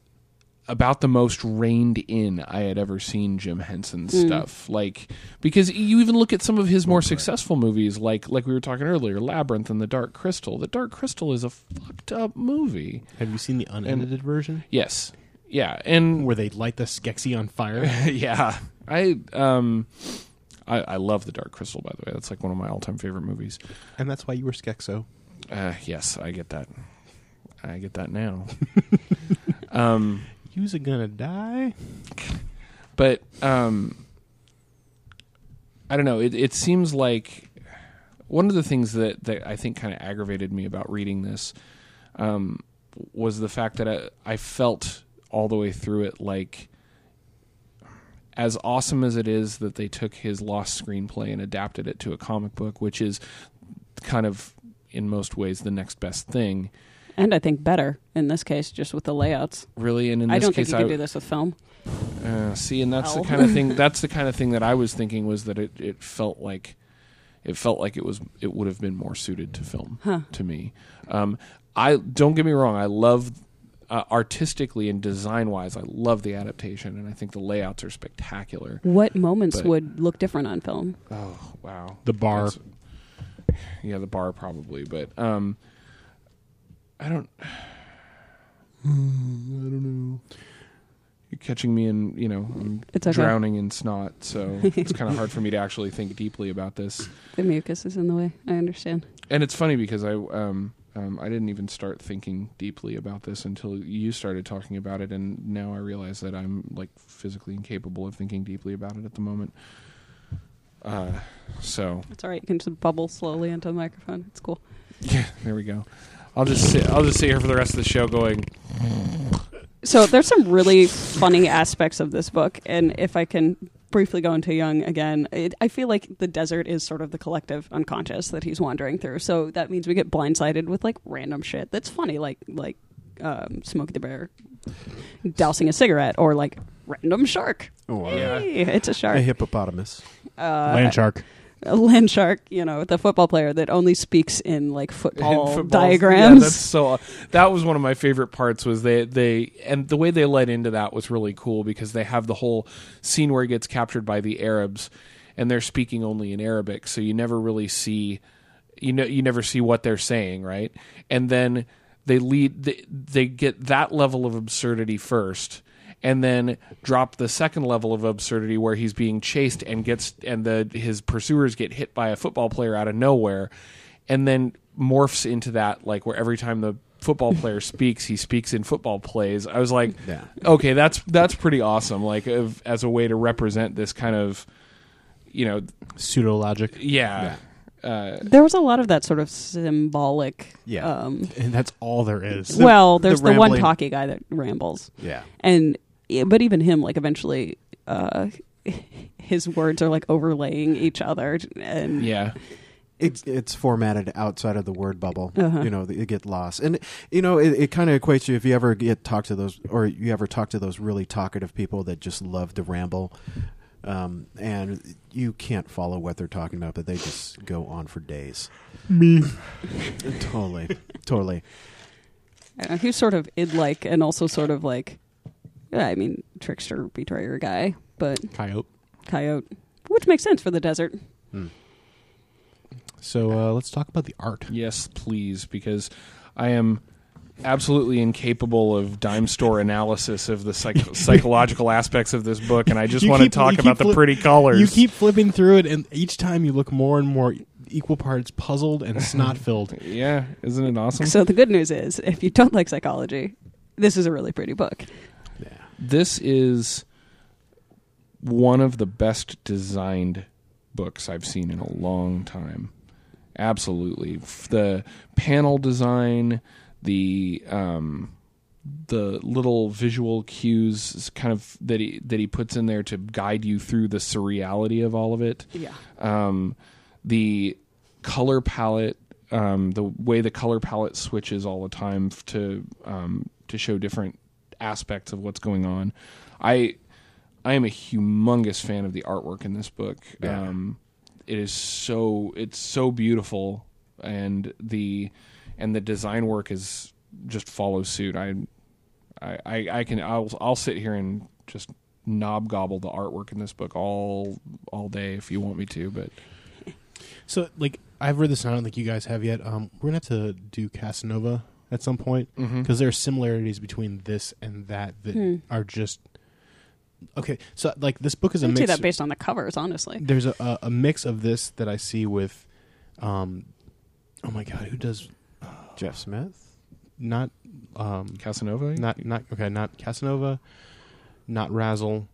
about the most reined in I had ever seen Jim Henson stuff. Like because you even look at some of his more successful movies, like like we were talking earlier, Labyrinth and The Dark Crystal. The Dark Crystal is a fucked up movie. Have you seen the unedited version? Yes, yeah, and where they light the Skeksis on fire. yeah, I um, I, I love the Dark Crystal. By the way, that's like one of my all-time favorite movies. And that's why you were Skexo. Uh, yes, I get that. I get that now. You's a gonna die. but um, I don't know. It, it seems like one of the things that that I think kind of aggravated me about reading this um, was the fact that I, I felt all the way through it like as awesome as it is that they took his lost screenplay and adapted it to a comic book, which is kind of in most ways the next best thing, And I think better in this case, just with the layouts. really. And in this I don't case, think you could do this with film. Uh, see, and that's Ow. the kind of thing. That's the kind of thing that I was thinking was that it, it felt like, it felt like it was it would have been more suited to film to me. Um, I don't get me wrong. I love uh, artistically and design wise. I love the adaptation, and I think the layouts are spectacular. What moments But- would look different on film? Oh wow, The bar. That's- yeah, the bar probably, but um, I don't. I don't know. You're catching me in, you know, I'm It's okay. drowning in snot, so it's kind of hard for me to actually think deeply about this. The mucus is in the way. I understand. And it's funny because I um Um, I didn't even start thinking deeply about this until you started talking about it, and now I realize that I'm like physically incapable of thinking deeply about it at the moment. Uh, so It's all right. You can just bubble slowly into the microphone. It's cool. yeah, there we go. I'll just sit, I'll just sit here for the rest of the show going. So there's some really funny aspects of this book, and if I can briefly go into Young again, it, I feel like the desert is sort of the collective unconscious that he's wandering through. So that means we get blindsided with like random shit that's funny, like like um, Smokey the Bear dousing a cigarette, or like random shark. Oh, Yeah. Hey, it's a a shark. hippopotamus. Uh, Land shark. a land shark. You know, the football player that only speaks in like football, footballs. diagrams. "Oh, Yeah, that's so. That was one of my favorite parts. Was they they and the way they led into that was really cool because they have the whole scene where he gets captured by the Arabs, and they're speaking only in Arabic, so you never really see, you know, you never see what they're saying, right? And then they lead they, they get that level of absurdity first. And then drop the second level of absurdity where he's being chased and gets and the his pursuers get hit by a football player out of nowhere, and then morphs into that like where every time the football player speaks he speaks in football plays i was like Yeah. okay that's that's pretty awesome like of, as a way to represent this kind of you know Pseudo logic. Uh, yeah, uh, there was a lot of that sort of symbolic. Yeah. Um, And that's all there is. well, there's the the, one rambling- talkie guy that rambles, Yeah. and but even him, like eventually, uh, his words are like overlaying each other, and yeah It's it's formatted outside of the word bubble. Uh-huh. You know, you get lost, and you know it, it kind of equates you if you ever get talk to those, or you ever talk to those really talkative people that just love to ramble, um, and you can't follow what they're talking about, but they just go on for days. Me, totally, totally. I don't know, he was uh, sort of id like, and also sort of like, yeah, I mean, trickster, betrayer guy, but Coyote. coyote, which makes sense for the desert. So uh, let's talk about the art. yes please because i am absolutely incapable of dime store analysis of the psych- psychological aspects of this book and i just You want to keep- talk you about keep the flip- pretty colors You keep flipping through it, and each time you look more and more equal parts puzzled and snot filled. yeah isn't it awesome So the good news is, if you don't like psychology, this is a really pretty book. this is one of the best designed books I've seen in a long time. Absolutely, F- the panel design, the um, the little visual cues, is kind of that he that he puts in there to guide you through the surreality of all of it Yeah. um, the color palette, um, the way the color palette switches all the time f- to um, to show different aspects of what's going on. I I am a humongous fan of the artwork in this book. Yeah. Um, it is so it's so beautiful, and the and the design work is just follows suit. I I, I, I can I'll I'll sit here and just knob gobble the artwork in this book all all day if you want me to, but So, like, I've read this, and I don't think you guys have yet. Um, we're gonna have to do Casanova at some point because Mm-hmm. there are similarities between this and that that Hmm. are just okay. So, like, this book is a I'd say mix. that based on the covers, honestly. there's a, a, a mix of this that I see with, um, oh my god, who does uh, Jeff Smith. not um Casanova, not not okay not Casanova, not Razzle,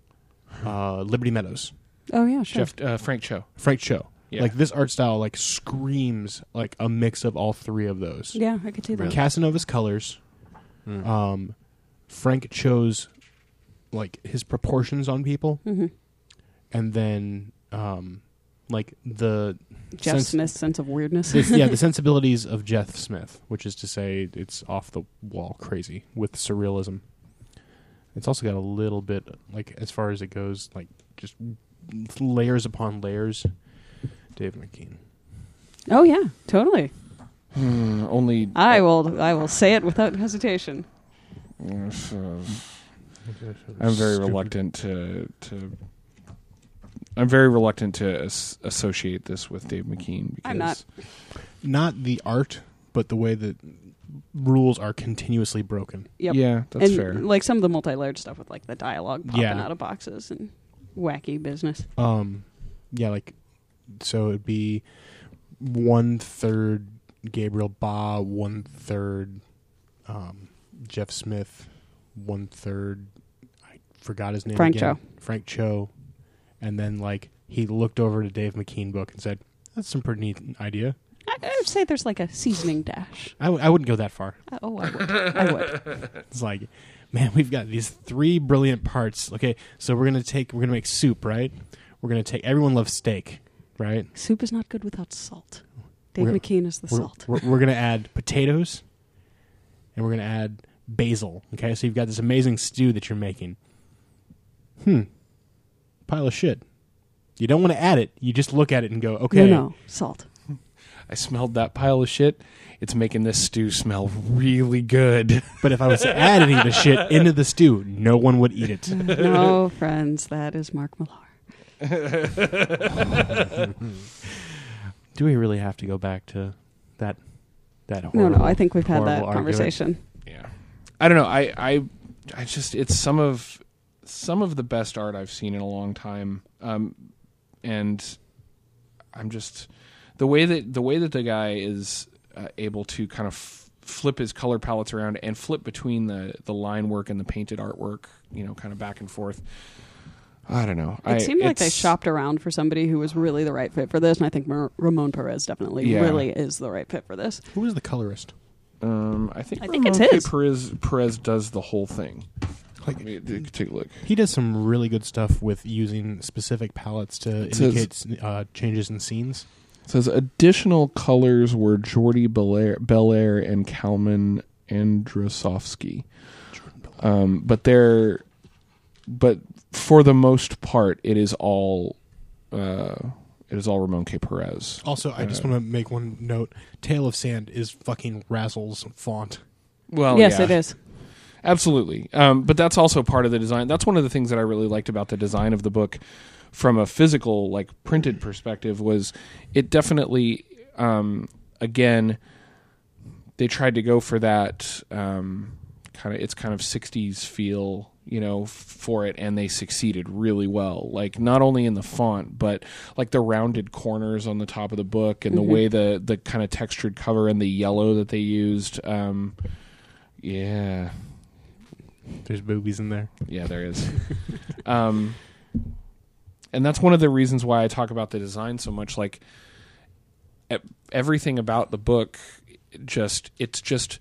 uh, Liberty Meadows, Oh yeah, sure. Jeff uh, Frank Cho. Frank Cho. Yeah. Like this art style, like screams like a mix of all three of those. Yeah, I could see that. Casanova's colors, Mm. um, Frank chose like his proportions on people, hmm and then um, like the Jeff sense- Smith's sense of weirdness. this- yeah the sensibilities of Jeff Smith, which is to say, it's off the wall crazy with surrealism. It's also got a little bit like as far as it goes, like just layers upon layers. Dave McKean. oh yeah, totally. Hmm, only I will. I will say it without hesitation. I'm very reluctant to to I'm very reluctant to as- associate this with Dave McKean because I'm not. Not the art, but the way that rules are continuously broken. Yep. Yeah, that's and fair. like some of the multi-layered stuff with like the dialogue popping Yeah. out of boxes and wacky business. Um, yeah, like so it'd be one third Gabriel Ba one third, um, Jeff Smith one third. I forgot his name. Frank again. Cho. Frank Cho, and then like he looked over to Dave McKean book and said, "That's some pretty neat idea." I, I would say there's like a seasoning dash. I w- I wouldn't go that far. Uh, Oh, I would. I would. It's like, man, we've got these three brilliant parts. Okay, so we're gonna take we're gonna make soup, right? We're gonna take everyone loves steak, right? Soup is not good without salt. Dave We're- McKean is the We're, salt. we're, we're gonna add potatoes, and we're gonna add basil. Okay, so you've got this amazing stew that you're making. Hmm, pile of shit. You don't want to add it. You just look at it and go, okay, No, no, salt. I smelled that pile of shit. It's making this stew smell really good. But if I was to add any of the shit into the stew, no one would eat it. Mm. no, friends, that is Mark Millar. Do we really have to go back to that? That No, horrible, no, I think we've had horrible that argument? conversation. yeah. I don't know. I, I I just it's some of some of the best art I've seen in a long time. Um and I'm just the way that the way that the guy is uh, able to kind of f- flip his color palettes around and flip between the the line work and the painted artwork, you know, kind of back and forth. I don't know. I, It seemed like they it's- shopped around for somebody who was really the right fit for this, and I think Mar- Ramon Perez definitely Yeah. really is the right fit for this. Who is the colorist? Um, I think I think it's Ramon K. his. Perez Perez does the whole thing. Like- I mean, d- take a look. He does some really good stuff with using specific palettes to It says- indicate uh, changes in scenes. It says additional colors were Jordi Belair, Belair and Kalman Androsovsky. Um, but they're, but for the most part, it is all, uh, it is all Ramon K. Perez. Also, I just Uh, want to make one note: "Tale of Sand" is fucking Razzle's font. Well, yes, Oh, yeah. it is. Absolutely. Um, but that's also part of the design. That's one of the things that I really liked about the design of the book from a physical, like printed perspective, was it definitely, um, again, they tried to go for that um, kind of, it's kind of 60s feel, you know, f- for it, and they succeeded really well. Like, not only in the font, but like the rounded corners on the top of the book and the way the, the kind of textured cover and the yellow that they used. Um, yeah. There's boobies in there. Yeah, there is. um, and that's one of the reasons why I talk about the design so much. Like e- everything about the book, just it's just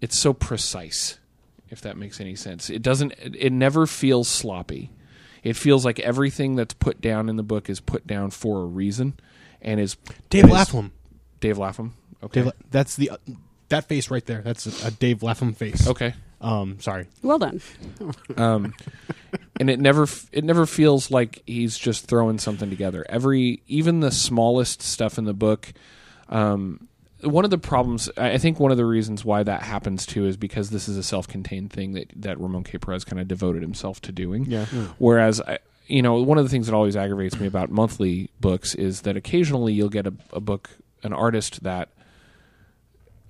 it's so precise. If that makes any sense, it doesn't. It, it never feels sloppy. It feels like everything that's put down in the book is put down for a reason, and is Dave is- Lapham. Dave Lapham. Okay. Dave, La- that's the uh, that face right there. That's a, a Dave Lapham face. okay. Um, sorry. Well done. um, and it never f- it never feels like he's just throwing something together. Every even the smallest stuff in the book. Um, one of the problems, I I think, one of the reasons why that happens too is because this is a self-contained thing that that Ramon K. Perez kind of devoted himself to doing. Yeah. Whereas, I, you know, one of the things that always aggravates me about monthly books is that occasionally you'll get a, a book, an artist that,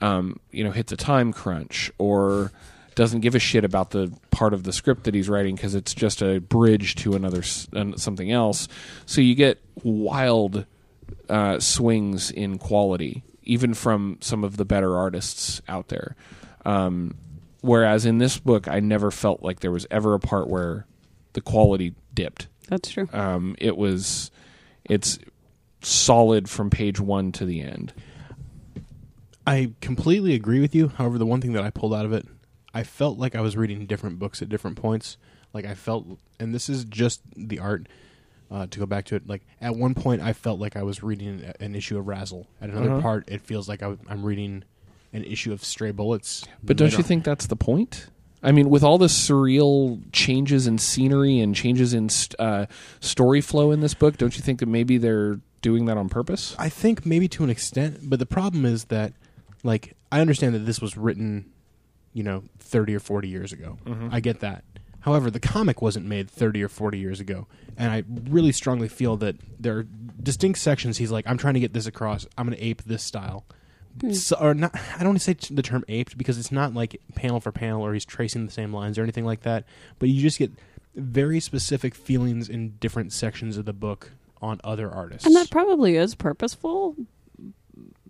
um, you know, hits a time crunch or doesn't give a shit about the part of the script that he's writing because it's just a bridge to another s- an- something else. So you get wild uh, swings in quality, even from some of the better artists out there. Um, whereas in this book, I never felt like there was ever a part where the quality dipped. That's true. Um, it was, it's solid from page one to the end. I completely agree with you. However, the one thing that I pulled out of it, I felt like I was reading different books at different points. Like I felt, and this is just the art. Uh, to go back to it, like at one point I felt like I was reading a- an issue of Razzle. At another Uh-huh. part, it feels like I w- I'm reading an issue of Stray Bullets. But don't Later you on. think that's the point? I mean, with all the surreal changes in scenery and changes in st- uh, story flow in this book, don't you think that maybe they're doing that on purpose? I think maybe to an extent, but the problem is that, like, I understand that this was written, you know, 30 or 40 years ago. I get that. However, the comic wasn't made 30 or 40 years ago. And I really strongly feel that there are distinct sections. He's like, I'm trying to get this across. I'm going to ape this style. So, or not, I don't want to say t- the term aped because it's not like panel for panel or he's tracing the same lines or anything like that. But you just get very specific feelings in different sections of the book on other artists. And that probably is purposeful,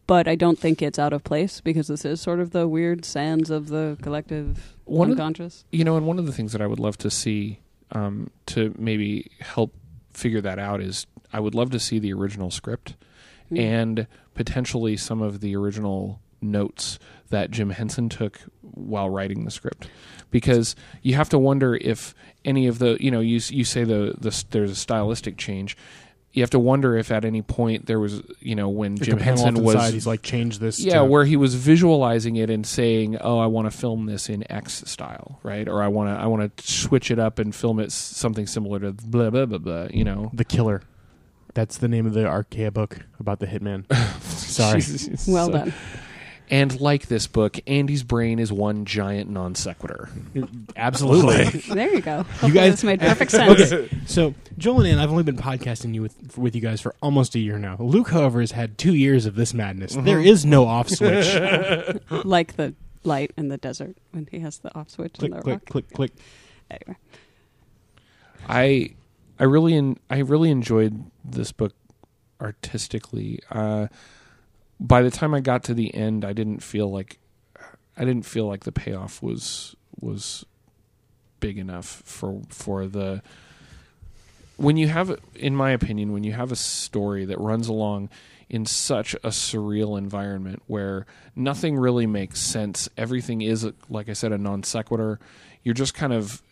but I don't think it's out of place because this is sort of the weird sands of the collective One of the- unconscious. you know, and one of the things that I would love to see um, to maybe help figure that out is I would love to see the original script Hmm. Mm. and potentially some of the original notes that Jim Henson took while writing the script because you have to wonder if any of the you know you s- you say the, the s- there's a stylistic change you have to wonder if at any point there was you know when If Jim the panel off to Henson the was side, he's like change this. yeah, to- where he was visualizing it and saying, "Oh, I want to film this in X style, right? Or I want to I want to switch it up and film it s- something similar to blah blah blah blah." You know, the killer. That's the name of the Arkea book about the hitman. Sorry. Jesus. Well So- done. And like this book, Andy's brain is one giant non sequitur. Absolutely. There you go. Hopefully guys- this made perfect sense. so Joel and Ann, I've only been podcasting you with with you guys for almost a year now. Luke, however, has had two years of this madness. There is no off switch. Like the light in the desert when he has the off switch click, and the click, rock. click, click. Anyway. I I really en- I really enjoyed this book artistically. Uh, by the time I got to the end, I didn't feel like I didn't feel like the payoff was was big enough for for the when you have in my opinion when you have a story that runs along in such a surreal environment where nothing really makes sense everything is like i said a non sequitur you're just kind of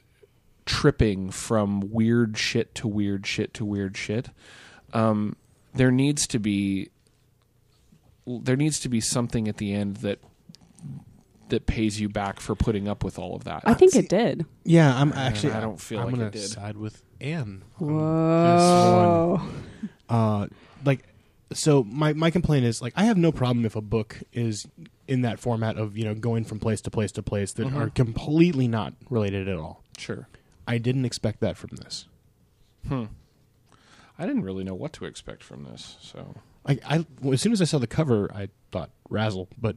tripping from weird shit to weird shit to weird shit. Um, there needs to be there needs to be something at the end that that pays you back for putting up with all of that. I think it did. Yeah, I'm Man, actually. uh, I don't feel I'm like gonna it did. side with Ann. Um, on this one. Whoa. uh, like so my, my complaint is like i have no problem if a book is in that format of you know going from place to place to place that Mhm. are completely not related at all Sure. i didn't expect that from this Hmm. I didn't really know what to expect from this, so I, I well, as soon as i saw the cover i thought razzle but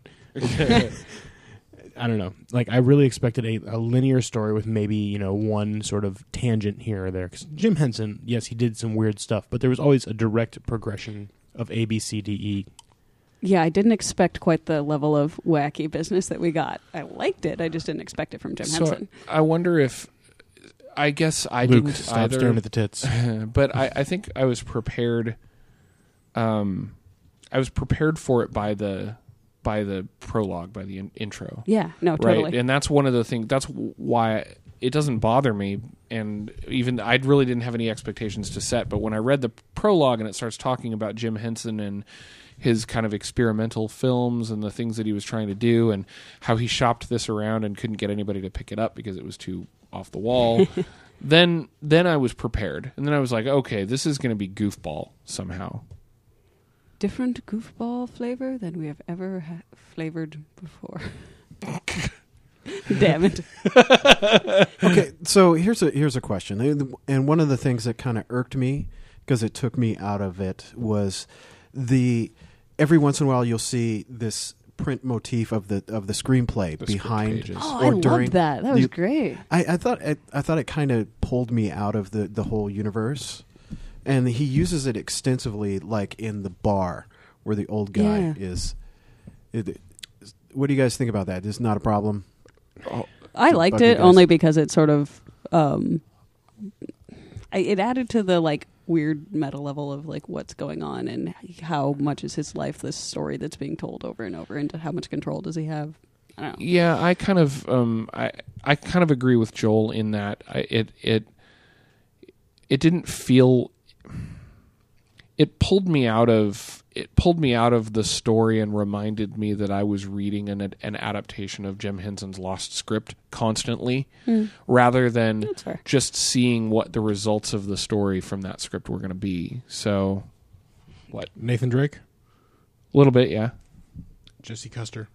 i don't know like i really expected a, a linear story with maybe you know one sort of tangent here or there because jim henson yes he did some weird stuff but there was always a direct progression of a b c d e Yeah, I didn't expect quite the level of wacky business that we got. I liked it. I just didn't expect it from Jim so Henson. I wonder if I guess I luke didn't stop either. staring at the tits but I, I think I was prepared. Um, I was prepared for it by the by the prologue, by the in- intro, Yeah, no, Oh, totally. right? And that's one of the things. That's why it doesn't bother me. And even I really didn't have any expectations to set. But when I read the prologue and it starts talking about Jim Henson and his kind of experimental films and the things that he was trying to do and how he shopped this around and couldn't get anybody to pick it up because it was too off the wall. then then I was prepared. And then I was like, okay, this is going to be goofball somehow. Different goofball flavor than we have ever ha- flavored before. Damn it. okay, so here's a here's a question, And- and one of the things that kind of irked me because it took me out of it was the every once in a while you'll see this print motif of the of the screenplay The script behind pages. Oh, or I during- loved that. That was you- great. I, I thought I, I thought it kind of pulled me out of the, the whole universe, and he uses it extensively, like in the bar where the old guy Yeah. is. It- what do you guys think about that? It's not a problem. I liked Bucky it does. only because it sort of um I, it added to the like weird meta level of like what's going on and how much is his life this story that's being told over and over and how much control does he have? I don't know. Yeah, I kind of um, I I kind of agree with Joel in that I, it it it didn't feel it pulled me out of it pulled me out of the story and reminded me that I was reading an an adaptation of Jim Henson's lost script constantly rather than Hmm. That's fair. just seeing what the results of the story from that script were going to be. So nathan drake a little bit, yeah. Jesse Custer.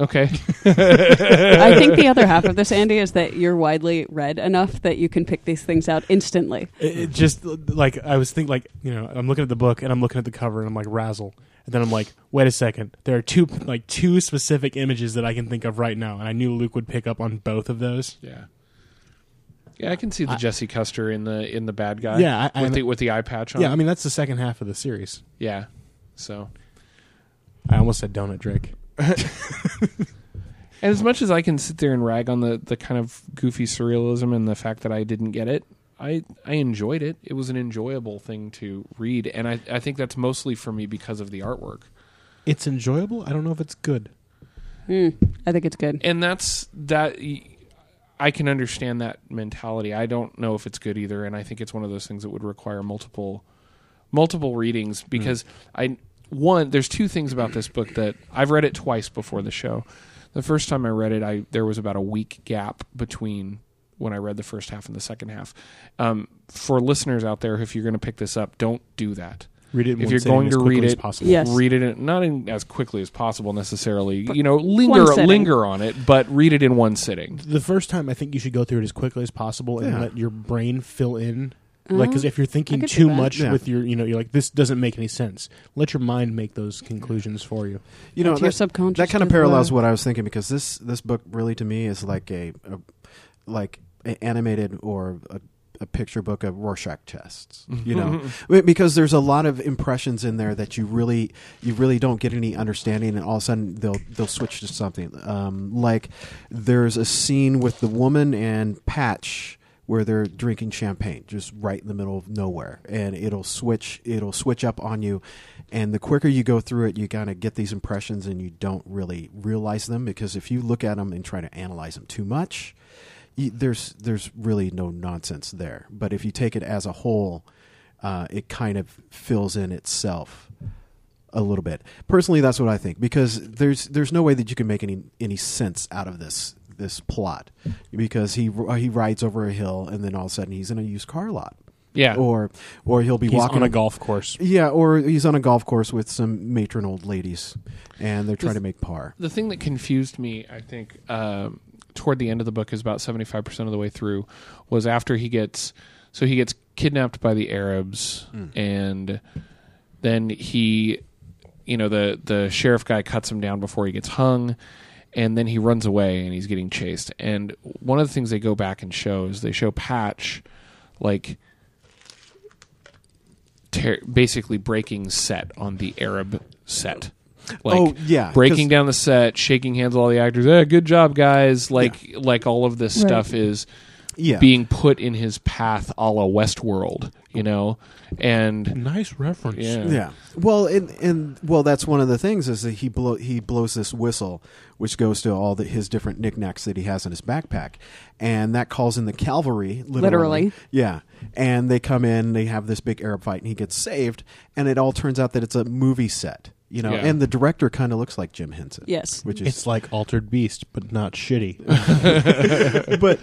Okay. I think the other half of this, Andy, is that you're widely read enough that you can pick these things out instantly. It, it just like I was thinking, like you know, I'm looking at the book and I'm looking at the cover and I'm like razzle, and then I'm like, wait a second, there are two like two specific images that I can think of right now, and I knew Luke would pick up on both of those. Yeah. Yeah, I can see the I- Jesse Custer in the in the bad guy. Yeah, I- I- with the with the eye patch on. Yeah, I mean that's the second half of the series. yeah. So I almost said donut Drake. And as much as I can sit there and rag on the, the kind of goofy surrealism and the fact that I didn't get it, I, I enjoyed it. It was an enjoyable thing to read. And I, I think that's mostly for me because of the artwork. It's enjoyable. I don't know if it's good. Hmm. I think it's good. And that's that. I can understand that mentality. I don't know if it's good either. And I think it's one of those things that would require multiple multiple readings because I one there's two things about this book that I've read it twice before the show. The first time I read it, I there was about a week gap between when I read the first half and the second half. Um, for listeners out there, if you're going to pick this up, don't do that. Read it. In If one you're sitting going as to quickly read as it- possible. Yes. Read it in, not in as quickly as possible necessarily. you know, linger one sitting. linger on it, but read it in one sitting. The first time, I think you should go through it as quickly as possible and Yeah. let your brain fill in. Like, because if you're thinking Uh-huh. could do too that. much Yeah. with your, you know, you're like, this doesn't make any sense. Let your mind make those conclusions for you. You know, to your that- subconscious. uh, that kind to of the- parallels what I was thinking because this this book really to me is like a, a like a animated or a, a picture book of Rorschach tests. You know, Be- because there's a lot of impressions in there that you really you really don't get any understanding, and all of a sudden they'll they'll switch to something. Um, like there's a scene with the woman and Patch where they're drinking champagne just right in the middle of nowhere and it'll switch it'll switch up on you and the quicker you go through it you kind of get these impressions and you don't really realize them because if you look at them and try to analyze them too much you, there's there's really no nonsense there but if you take it as a whole uh, it kind of fills in itself a little bit personally that's what i think because there's there's no way that you can make any any sense out of this this plot because he he rides over a hill and then all of a sudden he's in a used car lot Yeah. or or he'll be walking golf course. yeah or he's on a golf course with some matron old ladies and they're trying to make par the thing that confused me, I think, um, toward the end of the book is about seventy five percent of the way through, was after he gets so he gets kidnapped by the Arabs Hmm. and then he you know, the the sheriff guy cuts him down before he gets hung and then he runs away and he's getting chased. And one of the things they go back and show is they show Patch like ter- basically breaking set on the Arab set. Like Oh, yeah, breaking 'cause- down the set, shaking hands with all the actors. Eh, good job, guys! Like like all of this Right. stuff is yeah being put in his path, a la Westworld, you know. And Nice reference. yeah, Mm. yeah well and and well that's one of the things is that he blow he blows this whistle which goes to all the, his different knickknacks that he has in his backpack and that calls in the cavalry literally, Literally. yeah and they come in they have this big arab fight and he gets saved and it all turns out that it's a movie set you know Yeah. and the director kind of looks like jim henson Yes. which is It's like Altered Beast, but not shitty. but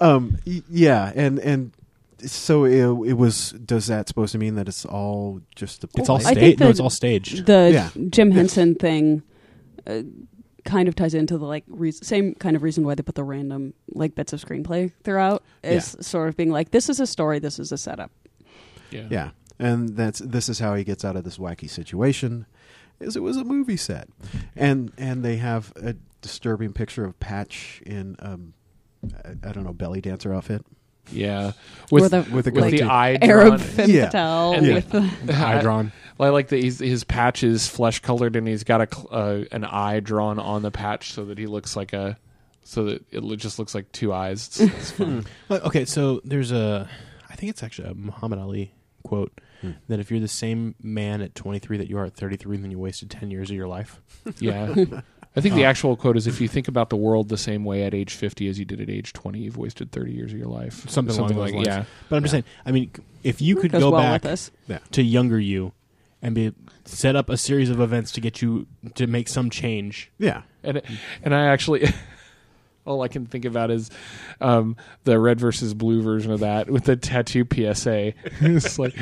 um y- yeah and and so it, it was does that supposed to mean that it's all just the It's all I think staged. No, the- it's all staged. The Yeah. Jim Henson thing uh, kind of ties into the like reas- same kind of reason why they put the random like bits of screenplay throughout is sort of being like this is a story, this is a setup. Yeah, and that's this is how he gets out of this wacky situation, is it was a movie set, and and they have a disturbing picture of Patch in um, I, I don't know belly dancer outfit. Yeah. with the, with the with Like the eye Arab drawn. femme Yeah. fatale And with the, I- Hydron. I like that he's, his patch is flesh colored and he's got a cl- uh, an eye drawn on the patch so that he looks like a so that it lo- just looks like two eyes. It's, it's fun. Well, Okay, so there's a, I think it's actually a Muhammad Ali quote that if you're the same man at 23 that you are at 33, then you wasted 10 years of your life. yeah. I think the Uh-huh. actual quote is if you think about the world the same way at age 50 as you did at age 20, you've wasted 30 years of your life. Something along those lines. yeah. But I'm just saying, I mean, c- if you could goes go well back with us. to younger you and be set up a series of events to get you to make some change. Yeah, And and I actually all I can think about is um, the red versus blue version of that with the tattoo PSA. it's like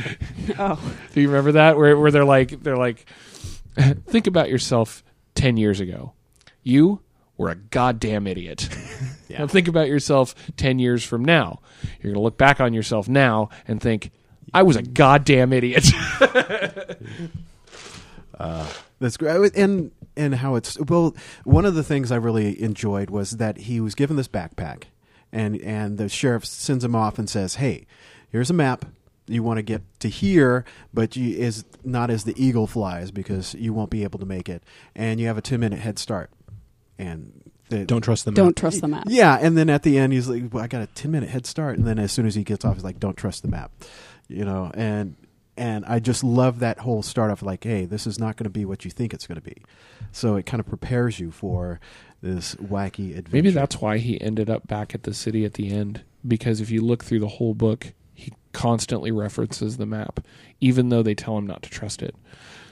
Oh, Do you remember that where where they're like they're like think about yourself 10 years ago. You were a goddamn idiot. Now think about yourself 10 years from now. You're going to look back on yourself now and think I was a goddamn idiot. that's great. And and how it's well, one of the things I really enjoyed was that he was given this backpack, and and the sheriff sends him off and says, "Hey, here's a map. you want to get to here, but you is not as the eagle flies because you won't be able to make it, and you have a ten minute head start. And the, Don't trust them. Don't trust the map. yeah, and then at the end he's like, well, "I got a ten minute head start," and then as soon as he gets off, he's like, "Don't trust the map," you know. And and I just love that whole start off like, "Hey, this is not going to be what you think it's going to be," so it kind of prepares you for this wacky adventure. Maybe that's why he ended up back at the city at the end. Because if you look through the whole book, he constantly references the map, even though they tell him not to trust it.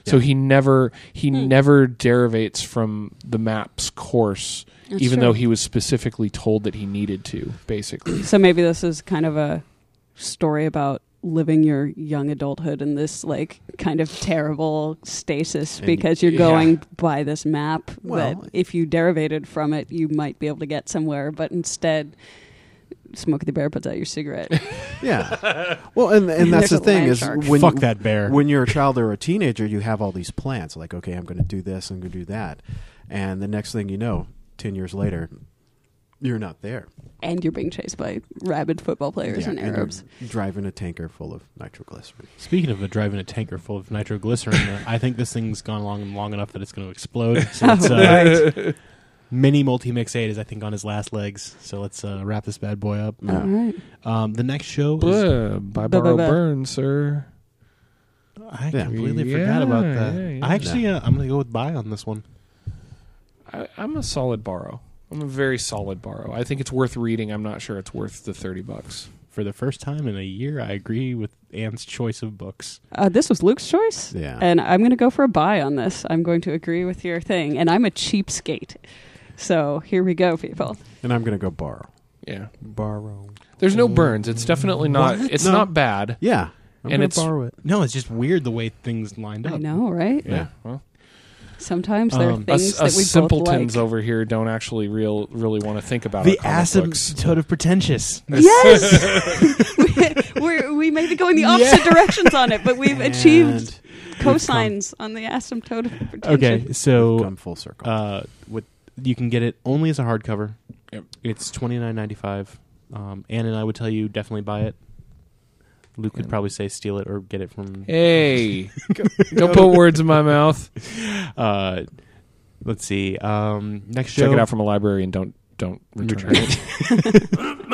So he never he Hmm. never derivates from the map's course, That's even true. though he was specifically told that he needed to. Basically, So maybe this is kind of a story about living your young adulthood in this like kind of terrible stasis And- because you're Yeah. going by this map Well- that if you derivated from it you might be able to get somewhere but instead Smokey the Bear puts out your cigarette. yeah. Well, and and that's the There's a thing land is shark. when Fuck that bear. when you're a child or a teenager, you have all these plans like, "Okay, I'm going to do this. I'm going to do that," and the next thing you know, ten years later, you're not there. and you're being chased by rabid football players Yeah, and you're Arabs. driving a tanker full of nitroglycerin. Speaking of a driving a tanker full of nitroglycerin, uh, I think this thing's gone long long enough that it's going to explode. So it's, uh, mini multi mix eight is I think on his last legs. So let's uh, wrap this bad boy up. All right. Um, the next show is Blah, by Blah, blah, borrow blah. burn, sir. I Yeah. completely Yeah, forgot about that. yeah, yeah. I actually uh, I'm going to go with buy on this one. I, I'm a solid borrow. I'm a very solid borrow. I think it's worth reading. I'm not sure it's worth the thirty bucks. For the first time in a year, I agree with Anne's choice of books. Uh, this was Luke's choice. Yeah. And I'm going to go for a buy on this. I'm going to agree with your thing. And I'm a cheapskate. So here we go, people. And I'm going to go borrow. Yeah, Borrow. there's no burns. It's definitely not. What? It's No. not bad. Yeah. I'm And gonna it's- borrow it. No, it's just weird the way things lined up. I know, right? Yeah. Well, Sometimes there are Um, things us, us that we simpletons both like. over here don't actually real really want to think about The our comic books. asymptote of pretentious. Yes, We're, we may be going the opposite directions on it, but we've achieved cosines on the asymptote of Okay, pretension. And so come full circle. uh, with you can get it only as a hardcover. Yep. It's twenty nine ninety five. Um, Anne and I would tell you definitely buy it. Luke could Yeah. probably say steal it or get it from. Hey, don't put words in my mouth. Uh, let's see. Um, next show. Check it out from a library and don't don't return, Return it.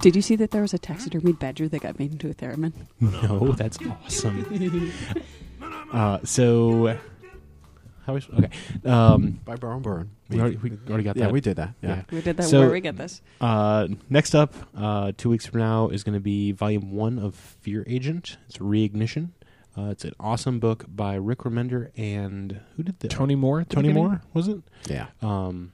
Did you see that there was a taxidermied badger that got made into a theremin? no, that's awesome. uh, so, how we? Okay. Um, By borrow and burn. we already, we already got yeah, that. we did that. Yeah. Yeah. We did that. So- where we get this? Uh, next up, uh, two weeks from now is going to be Volume One of Fear Agent. It's Reignition. Uh, it's an awesome book by Rick Remender and who did the Tony Moore. at the Tony beginning? Moore was it? Yeah. Um,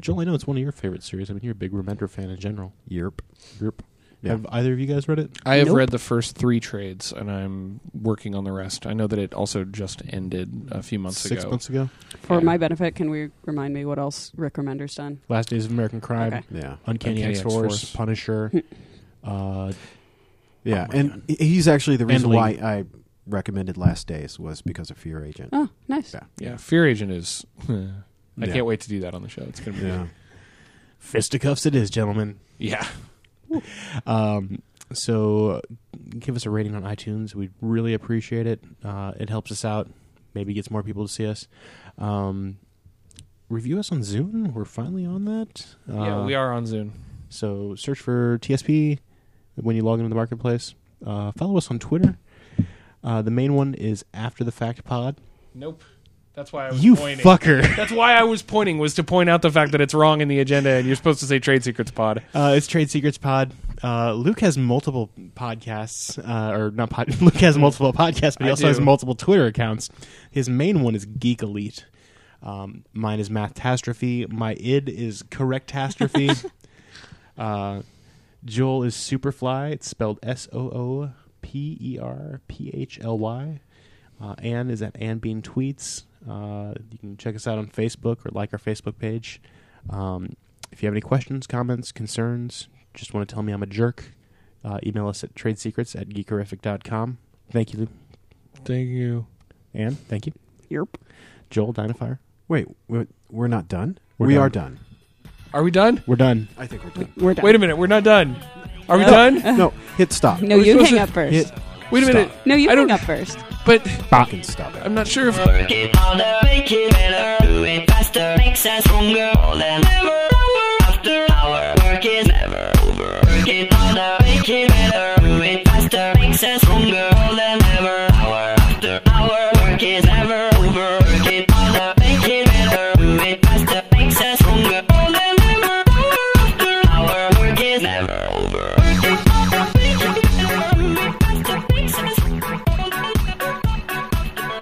Joel, I know it's one of your favorite series. I mean, you're a big Remender fan in general. Yerp. Group. Yeah. Have either of you guys read it? I have Nope. read the first three trades and I'm working on the rest. I know that it also just ended a few months Six ago. months ago. For Yeah. my benefit, can we remind me what else Rick Remender's done? Last Days of American Crime. Okay. Yeah. Uncanny, Uncanny X-Force, X-Force. Punisher. uh, Yeah. Oh my and he- he's actually the reason Lee. why I recommended Last Days was because of Fear Agent. Oh, nice. Yeah. Yeah, Fear Agent is. I Yeah. can't wait to do that on the show. It's gonna be. Yeah. fisticuffs it is, gentlemen. yeah. Um, so uh, give us a rating on iTunes. We'd really appreciate it. Uh, it helps us out. Maybe gets more people to see us. Um, review us on Zune. We're finally on that. Uh, yeah, we are on Zoom. So search for TSP when you log into the marketplace. Uh, follow us on Twitter. Uh, the main one is After the Fact Pod. Nope. That's why I was You pointing. fucker. That's why I was pointing was to point out the fact that it's wrong in the agenda and you're supposed to say Trade Secrets Pod. Uh, it's Trade Secrets Pod. Uh, Luke has multiple podcasts, uh, or not pod. Luke has multiple podcasts, but he I also has do. multiple Twitter accounts. His main one is Geek Elite. Um, mine is Mathastrophe. My id is Correctastrophe. uh, Joel is Superfly. It's spelled S O O P E R P H L Y. Uh, Anne is at Ann Bean Tweets. Uh, you can check us out on Facebook or like our Facebook page. Um, if you have any questions, comments, concerns, just want to tell me I'm a jerk, uh, email us at tradesecrets at geekerific.com. Thank you, Lou. Thank you. Anne, thank you. Yerp. Joel, Dinofire. Wait, we're, we're not done. We're We done. are done. Are we done? We're done. I think we're done. We're done. Wait a minute, we're not done. Are we done? no, hit stop. No, We're you supposed hang to- up first. Hit Wait a Stop. minute. No, you I hang don't- up first. But fucking stop it. I'm not sure if Work it harder, make it better, do it faster, makes us stronger more than ever. After our work is never over. Work it harder, make it better, do it faster, makes us stronger more than ever. Our after our work is never over. Work it harder, make it better, do it faster, makes us stronger more than ever. After our work is never over. Work it harder, make it better, do it faster, makes us stronger more than ever.